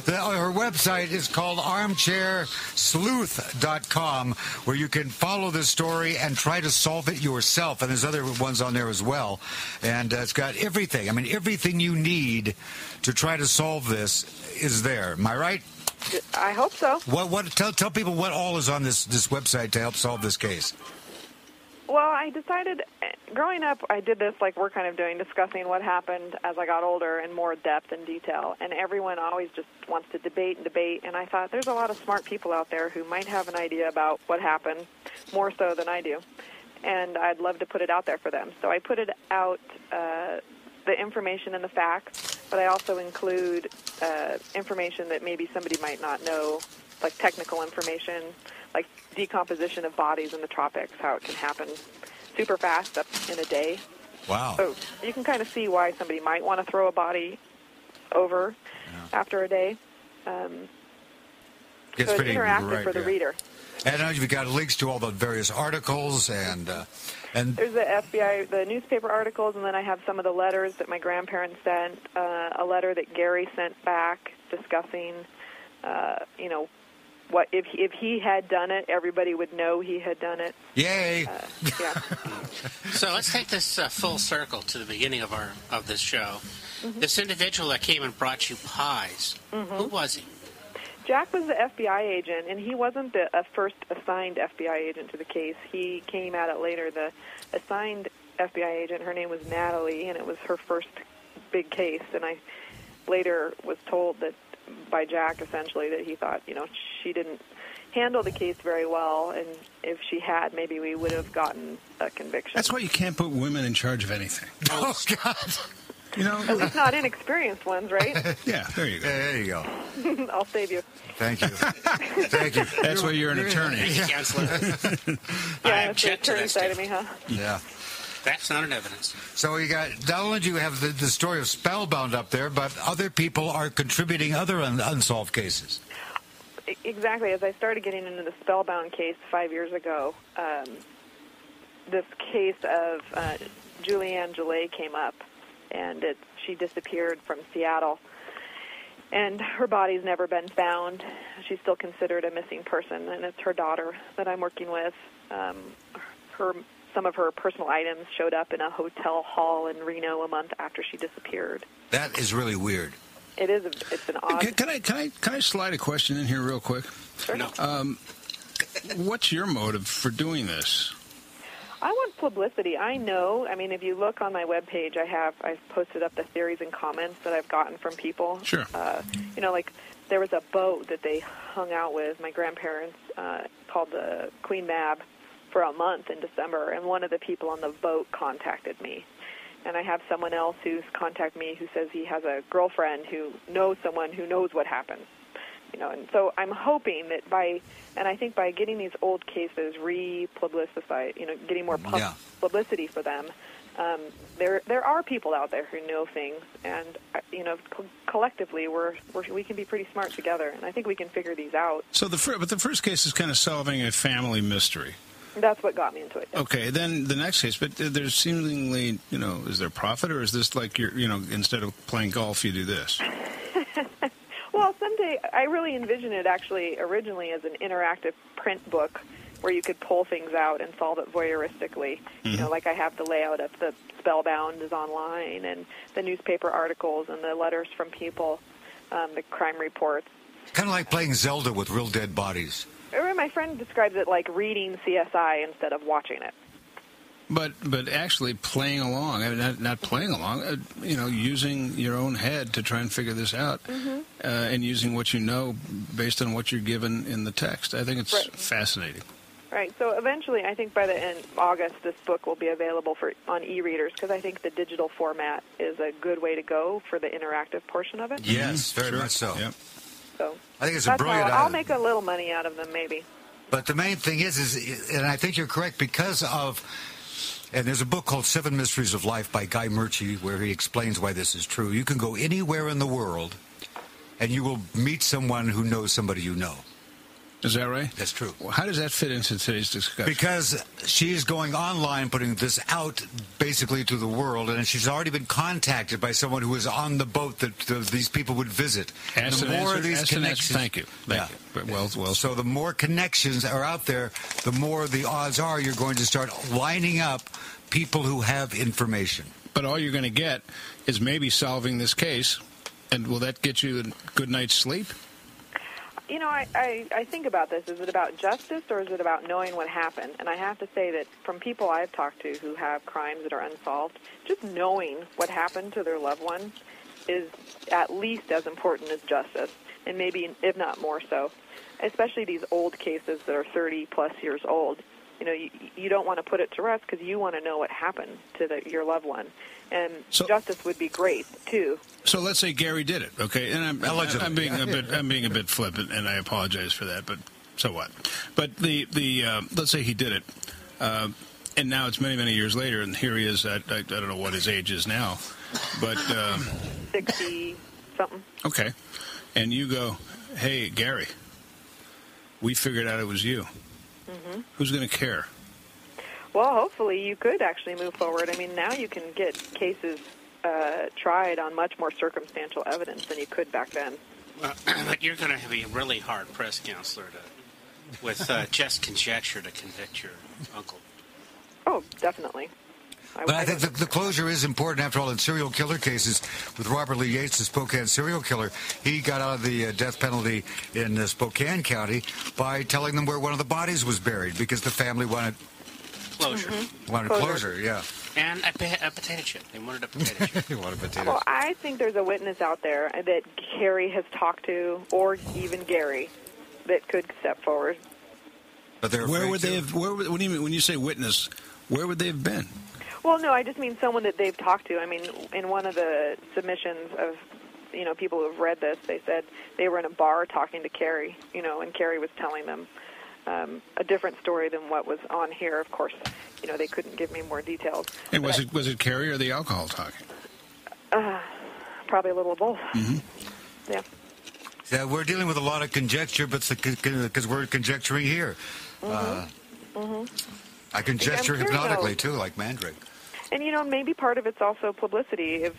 the, uh, her website is called armchairsleuth.com, where you can follow this story and try to solve it yourself. And there's other ones on there as well. And uh, it's got everything. I mean, everything you need to try to solve this is there. Am I right?
I hope so.
What, what, tell, tell people what all is on this, this website to help solve this case.
Well, I decided growing up, I did this like we're kind of doing, discussing what happened as I got older in more depth and detail. And everyone always just wants to debate and debate. And I thought there's a lot of smart people out there who might have an idea about what happened more so than I do. And I'd love to put it out there for them. So I put it out uh, the information and the facts, but I also include uh, information that maybe somebody might not know, like technical information like decomposition of bodies in the tropics, how it can happen super fast up in a day.
Wow.
So you can kind of see why somebody might want to throw a body over after a day. Um,
It's
so it's
pretty
interactive
right,
for the
yeah.
reader.
And now you've got links to all the various articles and uh, and
There's the FBI, the newspaper articles, and then I have some of the letters that my grandparents sent. Uh, a letter that Gary sent back discussing, uh, you know, what if he, if he had done it, everybody would know he had done it.
Yay!
Yeah.
So let's take this uh, full circle to the beginning of our of this show. This individual that came and brought you pies. Who was he?
Jack was the FBI agent, and he wasn't the uh, first assigned FBI agent to the case. He came at it later. The assigned FBI agent, her name was Natalie, and it was her first big case. And I later was told that by Jack, essentially, that he thought, you know, she didn't handle the case very well, and if she had, maybe we would have gotten a conviction.
That's why you can't put women in charge of anything.
Oh, God.
You know,
At least not inexperienced ones, right?
yeah, there you go.
there you go.
I'll save you.
Thank you. Thank you.
That's why you're an attorney.
Thank you, Counselor.
Yeah, it's the
object to
attorney
this,
side
Dave.
of me, huh?
Yeah.
That's not an evidence.
So you got not only do you have the, the story of Spellbound up there, but other people are contributing other un, unsolved cases.
exactly as I started getting into the spellbound case five years ago, um, this case of uh, Julianne Gillet came up, and it, she disappeared from Seattle, and her body's never been found. She's still considered a missing person, and it's her daughter that I'm working with. Um, her some of her personal items showed up in a hotel hall in Reno a month after she disappeared.
That is really weird.
It is a, it's an odd.
Can, can I can I can I slide a question in here real quick?
No.
Um, what's your motive for doing this?
I want publicity. I know. I mean, if you look on my webpage, I have I've posted up the theories and comments that I've gotten from people.
Sure.
Uh, you know, like there was a boat that they hung out with my grandparents uh, called the Queen Mab for a month in December, and one of the people on the boat contacted me. And I have someone else who's contacted me who says he has a girlfriend who knows someone who knows what happened you know and so i'm hoping that by and i think by getting these old cases re-publicized you know getting more pub-
Yeah.
publicity for them um, there there are people out there who know things and uh, you know co- collectively we're, we're we can be pretty smart together and i think we can figure these out
So the fir- but the first case is kind of solving a family mystery.
that's what got me into it
Okay, then the next case, but there's seemingly you know is there profit or is this like you're you know instead of playing golf you do this?
Well, someday I really envision it actually originally as an interactive print book where you could pull things out and solve it voyeuristically. You know, like I have the layout of the Spellbound is online and the newspaper articles and the letters from people, um, the crime reports.
Kind of like playing Zelda with real dead bodies.
Remember, my friend describes it like reading CSI instead of watching it.
But but actually playing along, I mean, not, not playing along, uh, you know, using your own head to try and figure this out, uh, and using what you know based on what you're given in the text. I think it's
Right.
fascinating.
Right. So eventually, I think by the end August, this book will be available for on e-readers because I think the digital format is a good way to go for the interactive portion of it.
Yes, Mm-hmm. very much so.
Yep.
So
I think it's a
that's
brilliant
How, I'll
idea.
make a little money out of them, maybe.
But the main thing is, is, and I think you're correct because of, and there's a book called Seven Mysteries of Life by Guy Murchie where he explains why this is true. You can go anywhere in the world, and you will meet someone who knows somebody you know.
Is that right?
That's true.
How does that fit into today's discussion?
Because she is going online, putting this out basically to the world, and she's already been contacted by someone who is on the boat that th- these people would visit. And
Ask
the
and
more
answer-
of these
ask and answer.
connections,
Thank you. Thank you. But well- well-
So the more connections are out there, the more the odds are you're going to start lining up people who have information.
But all you're going to get is maybe solving this case, and will that get you a good night's sleep?
You know, I, I, I think about this. Is it about justice or is it about knowing what happened? And I have to say that from people I've talked to who have crimes that are unsolved, just knowing what happened to their loved ones is at least as important as justice, and maybe, if not more so, especially these old cases that are 30 plus years old. You know, you, you don't want to put it to rest because you want to know what happened to the, your loved one. And justice would be great, too.
So let's say Gary did it, okay? And I'm,
Allegedly.
I'm being
Yeah.
a bit I'm being a bit flippant, and I apologize for that. But so what? But the the uh, let's say he did it, uh, and now it's many many years later, and here he is. At, I, I don't know what his age is now, but uh,
sixty something.
okay. And you go, hey Gary, we figured out it was you.
hmm
Who's going to care?
Well, hopefully you could actually move forward. I mean, now you can get cases uh, tried on much more circumstantial evidence than you could back then.
Well, but you're going to be really hard pressed, counselor, to, with uh, just conjecture to convict your uncle.
Oh, definitely.
But I think the, the closure is important. After all, in serial killer cases, with Robert Lee Yates, the Spokane serial killer, he got out of the uh, death penalty in uh, Spokane County by telling them where one of the bodies was buried because the family wanted
Closure.
wanted closure. Yeah,
And a, pa- a potato chip. They wanted a potato chip.
they wanted potatoes.
Well, I think there's a witness out there that Carrie has talked to, or even Gary, that could step forward.
But they're
where would they have? Where would, what do you mean when you say witness? Where would they have been?
Well, no, I just mean someone that they've talked to. I mean, in one of the submissions of, you know, people who have read this, they said they were in a bar talking to Carrie, you know, and Carrie was telling them um, a different story than what was on here. Of course, you know, they couldn't give me more details.
And was it was it Carrie or the alcohol talking?
Uh, probably a little of both.
Mm-hmm.
Yeah.
Yeah, we're dealing with a lot of conjecture, but because we're conjecturing here, uh,
hmm
I conjecture
I'm sure,
hypnotically too,
though.
like Mandrake.
And you know, maybe part of it's also publicity. If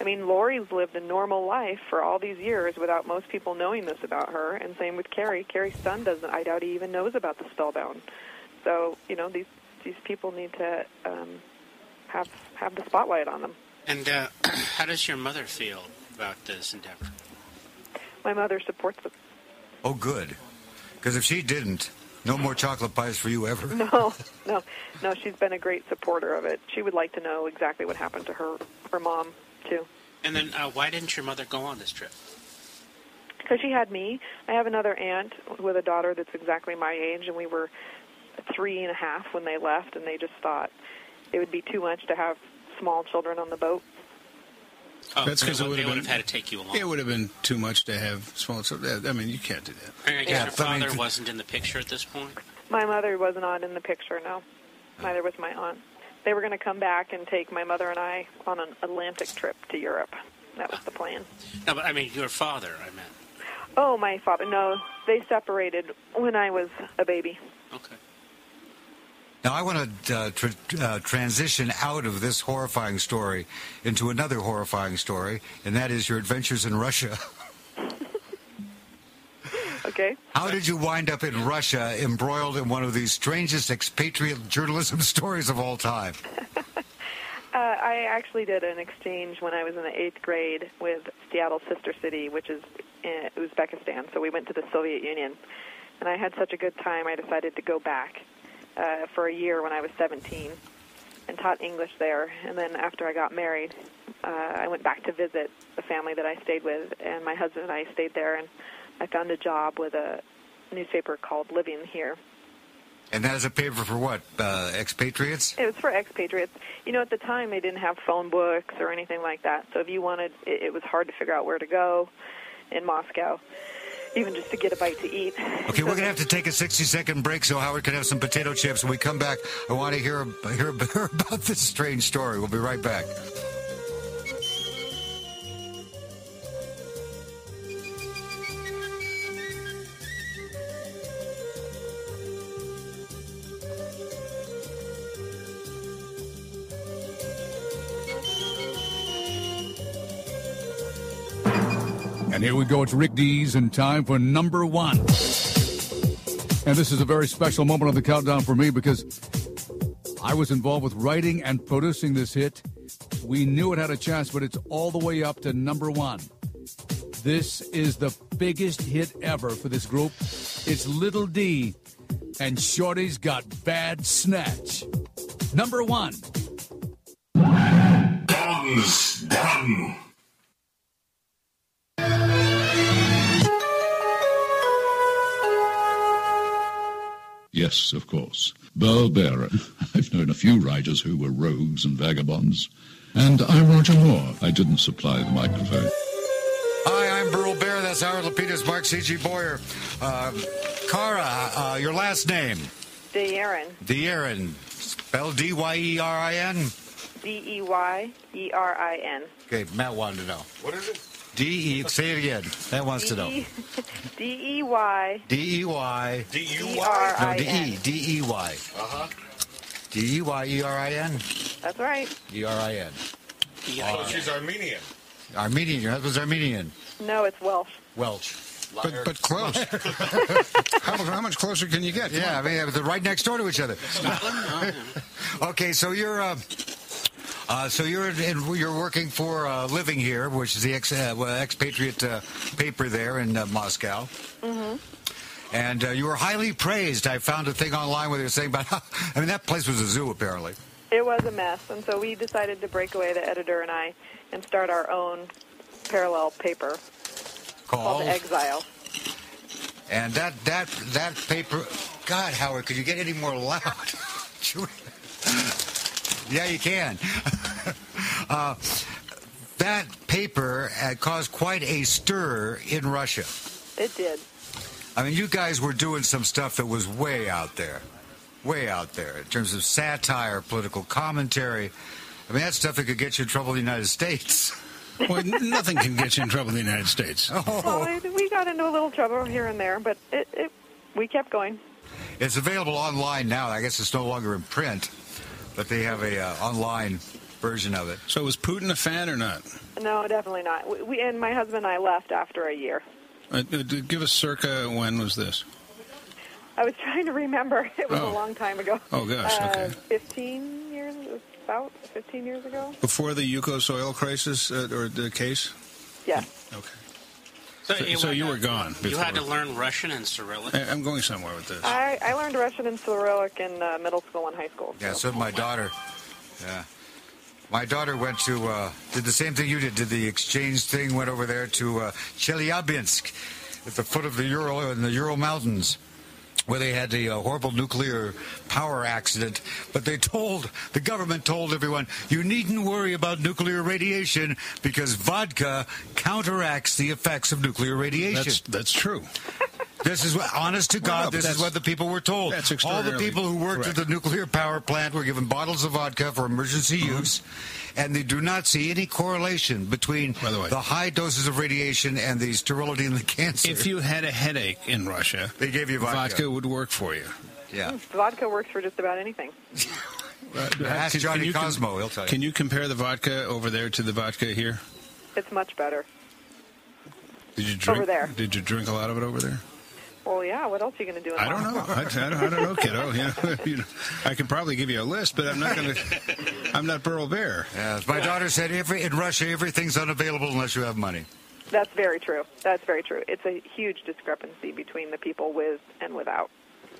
I mean, Lori's lived a normal life for all these years without most people knowing this about her, and same with Carrie. Carrie's son doesn't. I doubt he even knows about the spellbound. So you know, these these people need to um, have have the spotlight on them.
and uh, how does your mother feel about this endeavor?
My mother supports them.
Oh, good, because if she didn't, no more chocolate pies for you ever.
No, no, no. She's been a great supporter of it. She would like to know exactly what happened to her her mom too.
And then uh, why didn't your mother go on this trip?
So she had me. I have another aunt with a daughter that's exactly my age, and we were three and a half when they left, and they just thought it would be too much to have small children on the boat.
Oh,
That's
they
'cause it
would-
would've
they would have
been-
had to take you along.
It would have been too much to have small children. I mean, you can't do that.
And I guess
Yeah,
your
but I mean,
father
th-
wasn't in the picture at this point.
My mother was not in the picture, no. Neither was my aunt. They were going to come back and take my mother and I on an Atlantic trip to Europe. That was the plan.
No, but I mean your father. I meant.
Oh, my father. No, they separated when I was a baby.
Okay.
Now, I want to uh, tr uh, transition out of this horrifying story into another horrifying story, and that is your adventures in Russia.
Okay.
How did you wind up in Russia embroiled in one of the strangest expatriate journalism stories of all time?
Uh, I actually did an exchange when I was in the eighth grade with Seattle's sister city, which is uh, Uzbekistan. So we went to the Soviet Union, and I had such a good time. I decided to go back uh, for a year when I was 17 and taught English there. And then after I got married, uh, I went back to visit the family that I stayed with, and my husband and I stayed there. And I found a job with a newspaper called Living Here.
And that is a paper for what? Uh, expatriates?
It was for expatriates. You know, at the time they didn't have phone books or anything like that. So if you wanted, it, it was hard to figure out where to go in Moscow. even just to get a bite to eat.
Okay, we're gonna have to take a sixty-second break so Howard can have some potato chips. When we come back, I want to hear hear hear about this strange story. We'll be right back.
And here we go. It's Rick Dees and time for number one. And this is a very special moment on the countdown for me because I was involved with writing and producing this hit. We knew it had a chance, but it's all the way up to number one. This is the biggest hit ever for this group. It's Little D and Shorty's Got Bad Snatch. Number one.
Guns down.
Yes, of course. Burl Bearer. I've known a few writers who were rogues and vagabonds. And I'm Roger Moore. I didn't supply the microphone.
Hi, I'm Burl Bear. That's Howard Lapidus, Mark C.G. Boyer. Uh, Cara, uh, your last name?
The Aaron,
Deerin. Spelled D Y E R I N.
D E Y E R I N.
Okay, Matt wanted to know.
What is it?
D E, say it again. Matt wants to know.
D E Y.
D E Y. D
E R I
No, D
N.
E. D E Y.
Uh huh.
D E Y E R I N.
That's right.
E R E I N.
Oh, she's Armenian.
Armenian. Your husband's Armenian.
No, it's Welsh.
Welsh. But,
Liar.
but close. how, how much closer can you get? yeah, I mean, they're right next door to each other. okay, so you're. Uh, uh, so you're in, you're working for uh, Living Here, which is the ex, uh, well, expatriate uh, paper there in uh, Moscow,
Mm-hmm.
and uh, you were highly praised. I found a thing online where they were saying about. How, I mean, that place was a zoo apparently.
It was a mess, and so we decided to break away, the editor and I, and start our own parallel paper called
Called
Exile.
and that that that paper. God, Howard, could you get any more loud? yeah, you can. uh, that paper uh, caused quite a stir in Russia.
It did.
I mean, you guys were doing some stuff that was way out there, way out there in terms of satire, political commentary. I mean, that stuff that could get you in trouble in the United States.
Well, nothing can get you in trouble in the United States.
Oh.
Well, I- we got into a little trouble here and there, but it, it we kept going.
It's available online now. I guess it's no longer in print, but they have a uh, online version of it.
So was Putin a fan or not?
No, definitely not. We, we and my husband and I left after a year.
Uh, uh, give us circa when was this?
I was trying to remember. It was
Oh.
a long time ago.
Oh, gosh,
Uh,
okay.
Fifteen years, it was about fifteen years ago.
Before the Yukos oil crisis uh, or the case?
Yeah.
Okay.
So,
So,
you,
so
went-
you were gone. Before.
you had to learn Russian and Cyrillic.
I- I'm going somewhere with this.
I, I learned Russian and Cyrillic in uh, middle school and high school.
Yeah, so did my daughter. Yeah. My daughter went to, uh, did the same thing you did, did the exchange thing, went over there to uh, Chelyabinsk at the foot of the Ural, in the Ural Mountains, where they had the uh, horrible nuclear power accident. But they told, the government told everyone, you needn't worry about nuclear radiation because vodka counteracts the effects of nuclear radiation.
That's, that's true.
This is what, honest to
Well, no,
God,
but
this is
that's-
what the people were told.
that's
All the
extraordinarily
people who worked at
correct.
the nuclear power plant were given bottles of vodka for emergency
Mm-hmm.
use, and they do not see any correlation between the, high doses of radiation and the sterility and the cancer.
If you had a headache in Russia,
they gave you vodka.
would work for you.
yeah.
Vodka works for just about anything.
Ask Johnny
you com-
Cosmo, he'll tell you.
Can you compare the vodka over there to the vodka here?
It's much better.
Did you drink?
Over there.
Did you drink a lot of it over there?
Well, yeah. What else are you going to do? In
I don't know.
Moscow?
I, I don't, I don't know, kiddo. You know, you know, I can probably give you a list, but I'm not going to. I'm not Burl Bear.
Yeah, my daughter said, every, in Russia, everything's unavailable unless you have money.
That's very true. That's very true. It's a huge discrepancy between the people with and without.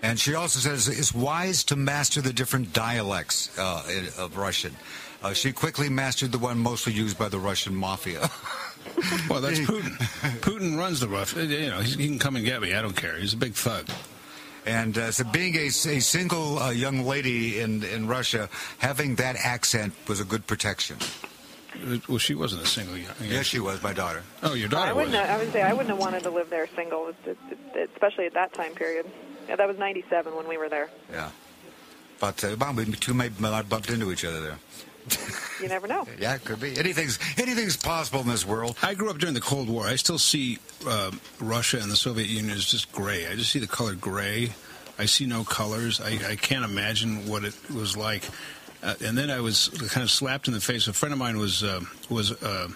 And she also says it's wise to master the different dialects uh, in- of Russian. Uh, she quickly mastered the one mostly used by the Russian mafia.
Well, that's Putin. Putin runs the rough. Uh, You know, he's- he can come and get me. I don't care. He's a big thug.
And uh, so, being a, a single uh, young lady in, in Russia, having that accent was a good protection.
Well, she wasn't a single. Young,
Yes, she was, my daughter.
Oh, your
I
daughter was.
wouldn't. Have, I would say I wouldn't have wanted to live there single, it's- it's- it's- especially at that time period. Yeah, that was '97 when we were there.
Yeah. But uh, well, we two may might have bumped into each other there.
You never know.
Yeah, it could be. Anything's anything's possible in this world.
I grew up during the Cold War. I still see um Russia and the Soviet Union as just gray. I just see the color gray. I see no colors. I, I can't imagine what it was like. Uh, and then I was kind of slapped in the face. A friend of mine was uh, was uh,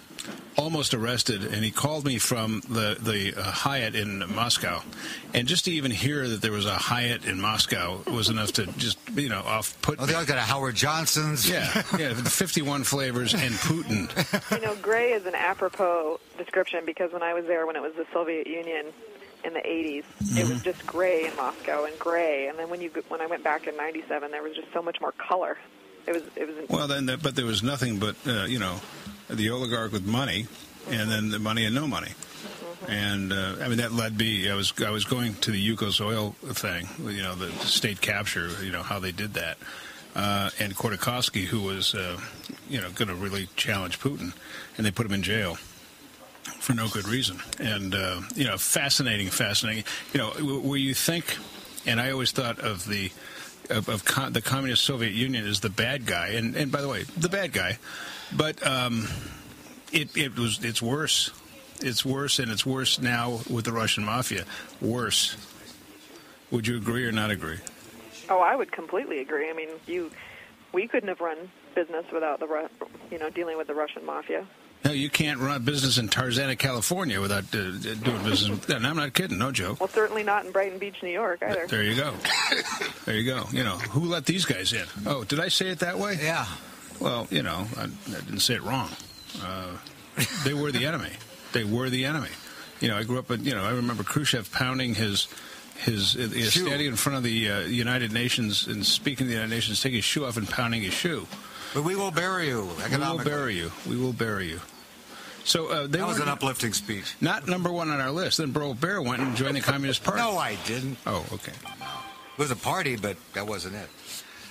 almost arrested, and he called me from the the uh, Hyatt in Moscow. And just to even hear that there was a Hyatt in Moscow was enough to just you know off put.
Oh, they all got a Howard Johnson's.
Yeah, yeah, fifty one flavors and Putin.
you know, gray is an apropos description because when I was there, when it was the Soviet Union in the 80s, it was just gray in Moscow and gray. And then when you go- when I went back in '97, there was just so much more color. It was it was
Well, then, that, but there was nothing but uh, you know, the oligarch with money, and then the money and no money, and uh, I mean that led me. I was I was going to the Yukos oil thing, you know, the state capture, you know how they did that, uh, and Kordakovsky, who was uh, you know going to really challenge Putin, and they put him in jail for no good reason. And uh, you know, fascinating, fascinating. You know, w- where you think, and I always thought of the of, of co the communist Soviet Union as the bad guy, and and by the way, the bad guy, but um, it it was it's worse. It's worse, and it's worse now with the Russian mafia. Worse. Would you agree or not agree?
oh, I would completely agree. I mean, you we couldn't have run business without the Ru- you know dealing with the Russian mafia.
No, you can't run a business in Tarzana, California, without uh, doing business. And I'm not kidding. No joke.
Well, certainly not in Brighton Beach, New York either.
There you go. There you go. You know, who let these guys in? Oh, did I say it that way?
Yeah.
Well, you know, I, I didn't say it wrong. Uh, they were the enemy. They were the enemy. You know, I grew up, in, you know, I remember Khrushchev pounding his. His, his
Shoe.
standing in front of the uh, United Nations and speaking to the United Nations, taking his shoe off and pounding his shoe.
But we will bury you
We will
economically.
bury you. We will bury you. So uh, they
that was
were
an uplifting speech.
not number one on our list. Then Bro Bear went and joined the Communist Party.
No, I didn't.
Oh, okay.
It was a party, but that wasn't it.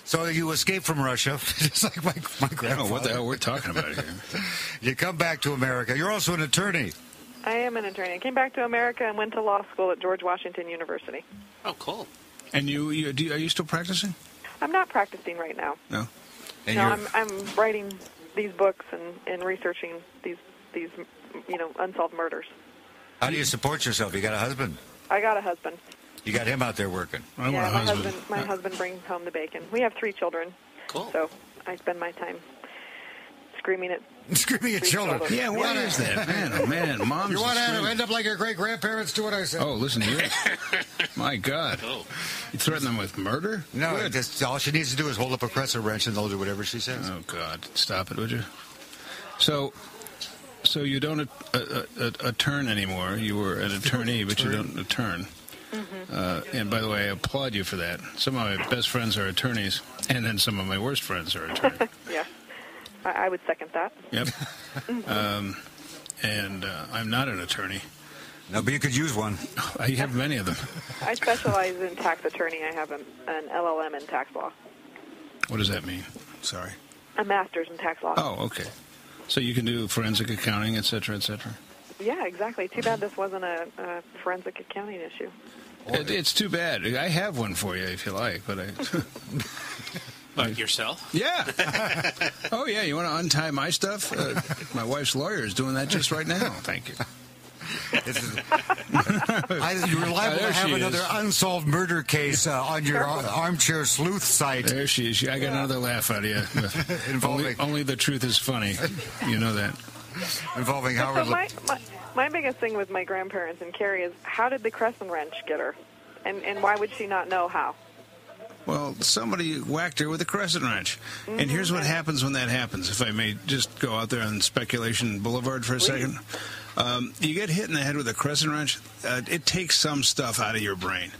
So you escape from Russia, just like my, my
I don't
grandfather.
know what the hell we're talking about here.
You come back to America. You're also an attorney.
I am an attorney. I came back to America and went to law school at George Washington University.
Oh, cool.
And you, you do, you- are you still practicing?
I'm not practicing right now.
No.
And
no,
you're,
I'm, I'm writing these books and, and researching these these you know unsolved murders.
how do you support yourself? You got a husband.
I got a husband.
You got him out there working.
I
yeah,
want a
my
husband.
My
Uh,
husband brings home the bacon. We have three children,
Cool.
so I spend my time screaming at.
Screaming at
Three
children.
children.
Yeah, what is that? Man, oh man, mom's.
You want
a
to
scream.
end up like your great grandparents? Do what I said.
Oh, listen to you. My God. You threaten them with murder?
Oh. no,
Good.
just all she needs to do is hold up a crescent wrench, and they'll do whatever she says.
Oh God, stop it, would you? So, so you don't uh, a, a, a, a turn anymore. You were an attorney, but you don't a turn. Uh, and by the way, I applaud you for that. Some of my best friends are attorneys, and then some of my worst friends are attorneys.
Yeah, I, I would second that.
yep. Um, and uh, I'm not an attorney.
No, but you could use one.
I have many of them.
I specialize in tax attorney. I have an, an LLM in tax law,
What does that mean? Sorry.
a master's in tax law.
Oh, okay. So you can do forensic accounting, et cetera, et cetera.
Yeah, exactly. Too bad this wasn't a, a forensic accounting issue.
It, it's too bad. I have one for you if you like, but I.
But yourself?
yeah. oh yeah, you want to untie my stuff? Uh, my wife's lawyer is doing that just right now. Thank you.
This is- I, you're liable
there
to have
she
another
is.
unsolved murder case uh, on your ar- armchair sleuth site.
There she is. I got another laugh out of you. only,
Involving-
only the truth is funny. You know that.
involving
But
Howard.
so my, my my biggest thing with my grandparents and Carrie is how did the crescent wrench get her, and and why would she not know how?
Well, somebody whacked her with a crescent wrench. And here's what happens when that happens, if I may just go out there on speculation boulevard for a second. Um, you get hit in the head with a crescent wrench, uh, it takes some stuff out of your brain.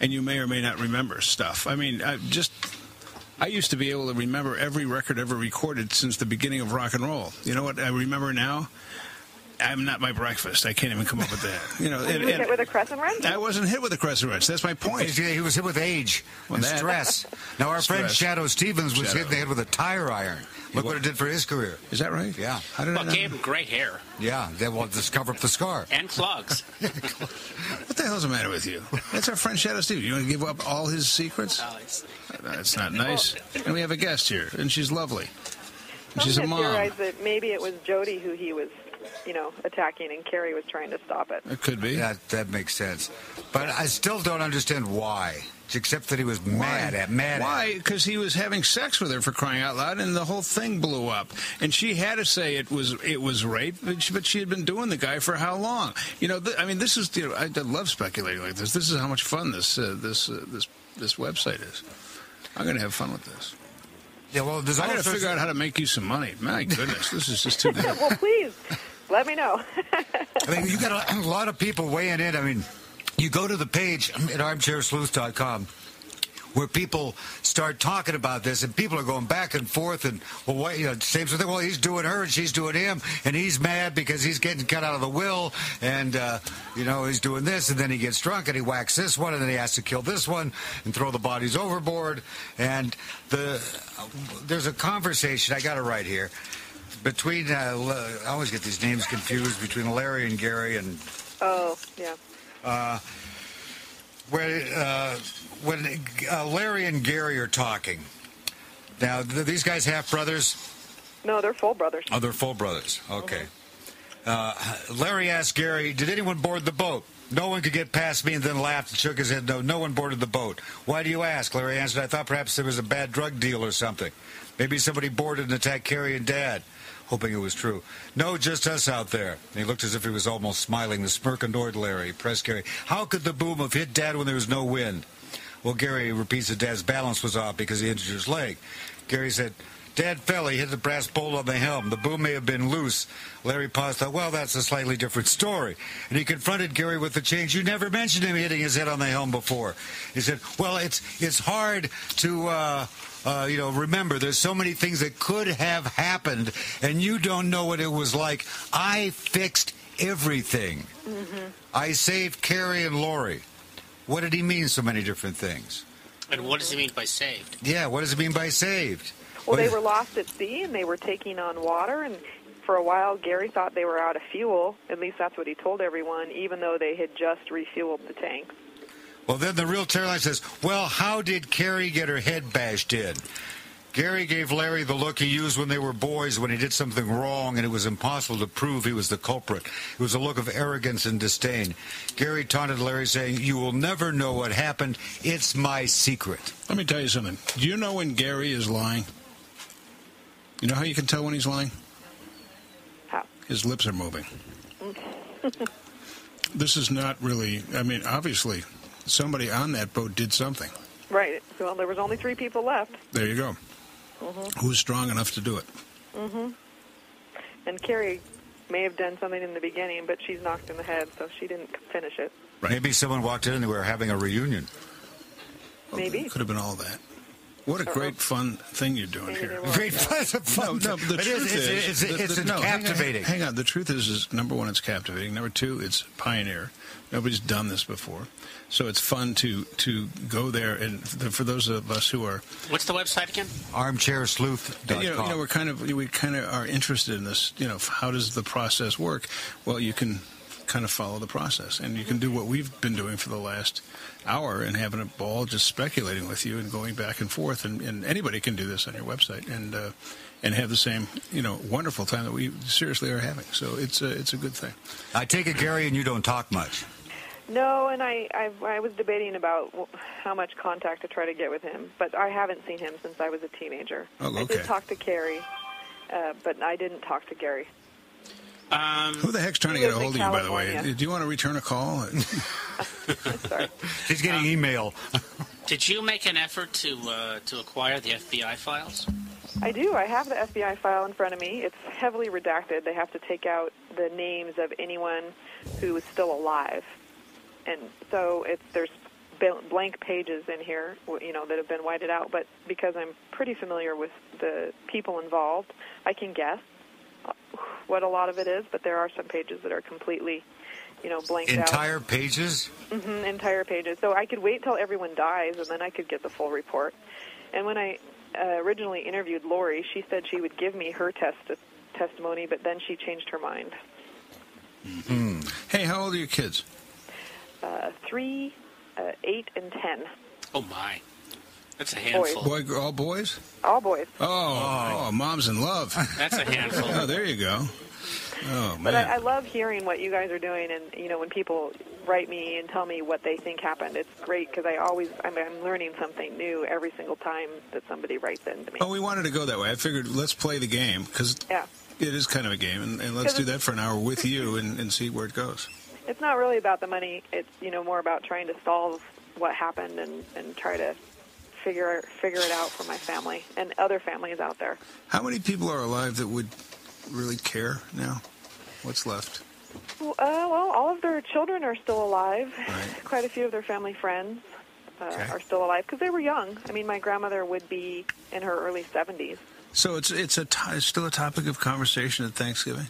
And you may or may not remember stuff. I mean, I just. I used to be able to remember every record ever recorded since the beginning of rock and roll. You know what I remember now? I'm not my breakfast. I can't even come up with that. You know,
Were
and-
you hit
and-
with a crescent wrench?
I wasn't hit with a crescent wrench. That's my point.
Yeah, he was hit with age
Well,
and
that-
stress. Now, our friend
Stress.
Shadow Stevens was
Shadow.
hit in the head with a tire iron. Look what it did for his career.
Is that right?
Yeah.
How did I
Well,
not-
gave him great hair
Yeah, they will discover up the scar.
and clogs.
What the hell's the matter with you? That's our friend Shadow Steve. You want to give up all his secrets?
Oh, it's-
That's not nice. And we have a guest here, and she's lovely. And she's
Some
a
had
mom.
theorized that maybe it was Jody who he was, you know, attacking, and Carrie was trying to stop it.
It could be.
That, that makes sense. But I still don't understand why, except that he was mad at mad at.
Why? Because he was having sex with her for crying out loud, and the whole thing blew up. And she had to say it was it was rape, but she, but she had been doing the guy for how long? You know, th- I mean, this is you know, I, I love speculating like this. This is how much fun this uh, this uh, this this website is. I'm going to have fun with this.
Yeah, well, there's
I got to
also-
figure out how to make you some money. My goodness, this is just too good.
well, please, let me know.
I mean, you got a, a lot of people weighing in. I mean, you go to the page at armchairsleuth.com where people start talking about this, and people are going back and forth, and well, what, you know, same sort of thing. Well, he's doing her, and she's doing him, and he's mad because he's getting cut out of the will, and uh, you know he's doing this, and then he gets drunk, and he whacks this one, and then he has to kill this one, and throw the bodies overboard, and the there's a conversation. I got it right here between uh, Le- I always get these names confused between Larry and Gary and
oh, yeah.
where uh, when uh, Larry and Gary are talking. Now th- these guys half brothers.
No, they're full brothers.
Oh, they're full brothers. Okay. Uh, Larry asked Gary, "Did anyone board the boat?" No one could get past me, and then laughed and shook his head. No, no one boarded the boat. Why do you ask? Larry answered. I thought perhaps there was a bad drug deal or something. Maybe somebody boarded and attacked Carrie and Dad, hoping it was true. No, just us out there. And he looked as if he was almost smiling. The smirk annoyed Larry. Pressed Gary. How could the boom have hit Dad when there was no wind? Well, Gary repeats that Dad's balance was off because he injured his leg. Gary said, Dad fell. He hit the brass bowl on the helm. The boom may have been loose. Larry paused, thought, well, that's a slightly different story. And he confronted Gary with the change. You never mentioned him hitting his head on the helm before. He said, well, it's, it's hard to, uh, uh, you know, remember, there's so many things that could have happened, and you don't know what it was like. I fixed everything. I saved Carrie and Lori. What did he mean so many different things?
and what does he mean by saved?
Yeah, what does it mean by saved?
Well, they
What-
were lost at sea, and they were taking on water, and for a while, Gary thought they were out of fuel. At least that's what he told everyone, even though they had just refueled the tanks.
Well, then the real Caroline says, Well, how did Carrie get her head bashed in? Gary gave Larry the look he used when they were boys when he did something wrong and it was impossible to prove he was the culprit. It was a look of arrogance and disdain. Gary taunted Larry, saying, You will never know what happened. It's my secret.
Let me tell you something. Do you know when Gary is lying? You know how you can tell when he's lying?
How?
His lips are moving. this is not really, I mean, obviously, somebody on that boat did something.
Right. Well, there was only three people left,
There you go.
Mm-hmm.
Who's strong enough to do it?
and Carrie may have done something in the beginning, but she's knocked in the head, so she didn't finish it.
Right.
Maybe someone walked in and they were having a reunion.
Maybe. Uh-huh.
It could have been all that. What a great fun thing you're doing
Maybe they
here.
were.
Great pleasant
No,
fun.
no, but the
It is-
truth is,
it's,
the-
it's,
the-
it's
no, hang on,
captivating.
Hang on, the truth is, is number one, it's captivating. Number two, it's pioneer. Nobody's done this before, so it's fun to to go there. And f- for those of us who are,
What's the website again?
Armchairsleuth.com.
you know, you know, we're kind of we kind of are interested in this. You know, f- how does the process work? Well, you can kind of follow the process, and you can do what we've been doing for the last hour and having a ball just speculating with you and going back and forth. And, and anybody can do this on your website and uh, and have the same you know wonderful time that we seriously are having. So it's a, it's a good thing.
I take it, Gary, and you don't talk much.
No, and I, I I was debating about w- how much contact to try to get with him, but I haven't seen him since I was a teenager.
Oh,
I
okay.
did talk to Carrie, uh, but I didn't talk to Gary.
Who the heck's trying to
He
get a
lives in
hold of you, by the way?
California.
Do you want to return a call?
Sorry.
She's getting email.
Did you make an effort to uh, to acquire the FBI files?
I do. I have the FBI file in front of me. It's heavily redacted. They have to take out the names of anyone who is still alive, and so it's there's bl- blank pages in here, w- you know, that have been whited out. But because I'm pretty familiar with the people involved, I can guess uh, what a lot of it is, but there are some pages that are completely, you know, blanked out.
Entire pages?
hmm entire pages. So I could wait till everyone dies, and then I could get the full report. And when I uh, originally interviewed Lori, she said she would give me her test testimony, but then she changed her mind.
Hey, how old are your kids?
Uh, three, uh, eight, and ten.
Oh my, that's a
Boys.
handful.
Boy, all boys?
All boys.
Oh, oh, mom's in love.
That's a handful.
oh, there you go. Oh
But I, I
man.
love hearing what you guys are doing, and you know when people write me and tell me what they think happened, it's great because I always I'm, I'm learning something new every single time that somebody writes into me.
Oh, we wanted to go that way. I figured let's play the game because
Yeah,
it is kind of a game, and, and let's do that for an hour with you and, and see where it goes.
it's not really about the money. It's you know more about trying to solve what happened and and try to figure figure it out for my family and other families out there.
How many people are alive that would really care now? What's left?
Well, Uh, well, all of their children are still alive. Quite a few of their family friends uh, are still alive because they were young. I mean, my grandmother would be in her early 70s.
So it's it's a to- still a topic of conversation at Thanksgiving.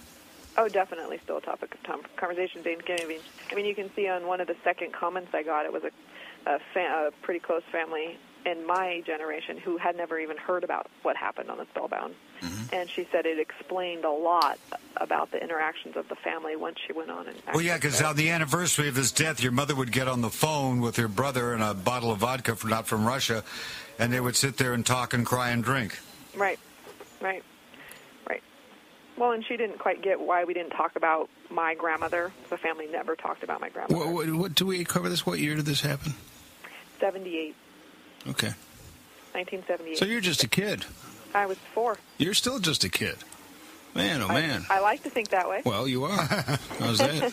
Oh, definitely still a topic of tom- conversation, Thanksgiving. I mean, you can see on one of the second comments I got, it was a, a, fa- a pretty close family in my generation who had never even heard about what happened on the Spellbound.
Mm-hmm.
And she said it explained a lot about the interactions of the family once she went on and
Well, yeah, because on the anniversary of his death, your mother would get on the phone with your brother and a bottle of vodka, from, not from Russia, and they would sit there and talk and cry and drink.
Right, right, right. Well, and she didn't quite get why we didn't talk about my grandmother. The family never talked about my grandmother.
What, what, what do we cover this? What year did this happen?
78,
Okay,
1978.
so you're just a kid.
I was four.
You're still just a kid. Man, oh man.
I like to think that way.
Well, you are. How's that?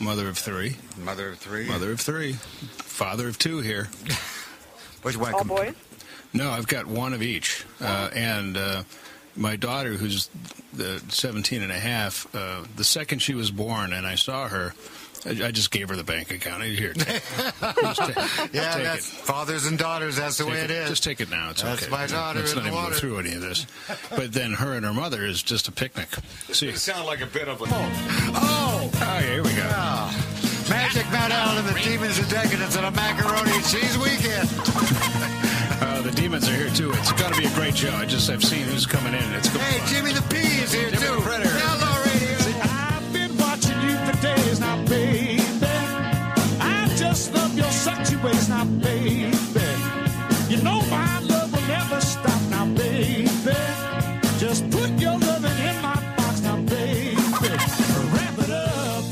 Mother of three.
Mother of three.
Mother of three. Father of two here.
Which one?
All boys?
No, I've got one of each. Uh, and uh, my daughter, who's the 17 and a half, uh, the second she was born and I saw her, I, I just gave her the bank account. Here, take, just ta-
yeah,
take
that's
it.
fathers and daughters. That's the
Take
way it
it.
is.
Just take it now. It's
That's
okay.
my daughter
Let's
in
not
the
even
water.
go through any of this. But then her and her mother is just a picnic. See?
sound like a bit of a.
Oh,
Oh, yeah, here we go.
Magic Matt Allen and the Demons of Decadence on a macaroni and cheese weekend.
Uh, the demons are here too. It's going to be a great show. I just I've seen who's coming in. and It's going
Hey, Jimmy the P is here
Jimmy
too.
the Predator.
Outlaw Radio.
I've been watching you for days now, baby. I just love your sexy ways now, baby. You know my love will never stop now, baby. Just put your loving in my box now, baby. Wrap it up.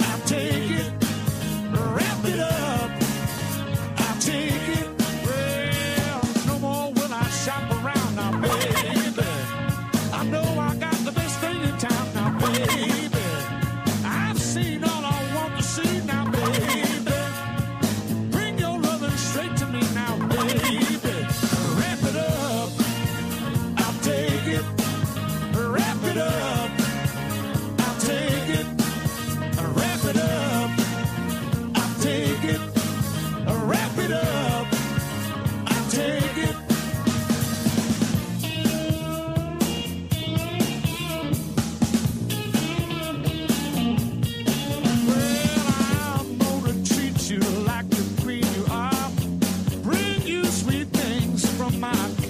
I'll take it. Wrap it up. I'll take it. Well, no more will I shop around now, baby. I know I got the best thing in town now, baby. I've seen all I want to see now, baby. Bring your loving straight to me now, baby. Wrap it up, I'll take it. Wrap it up, I'll take it. Wrap it up, I'll take it. Wrap it up, I'll take it. Well, I'm gonna treat you like the queen you are. Bring you sweet things from my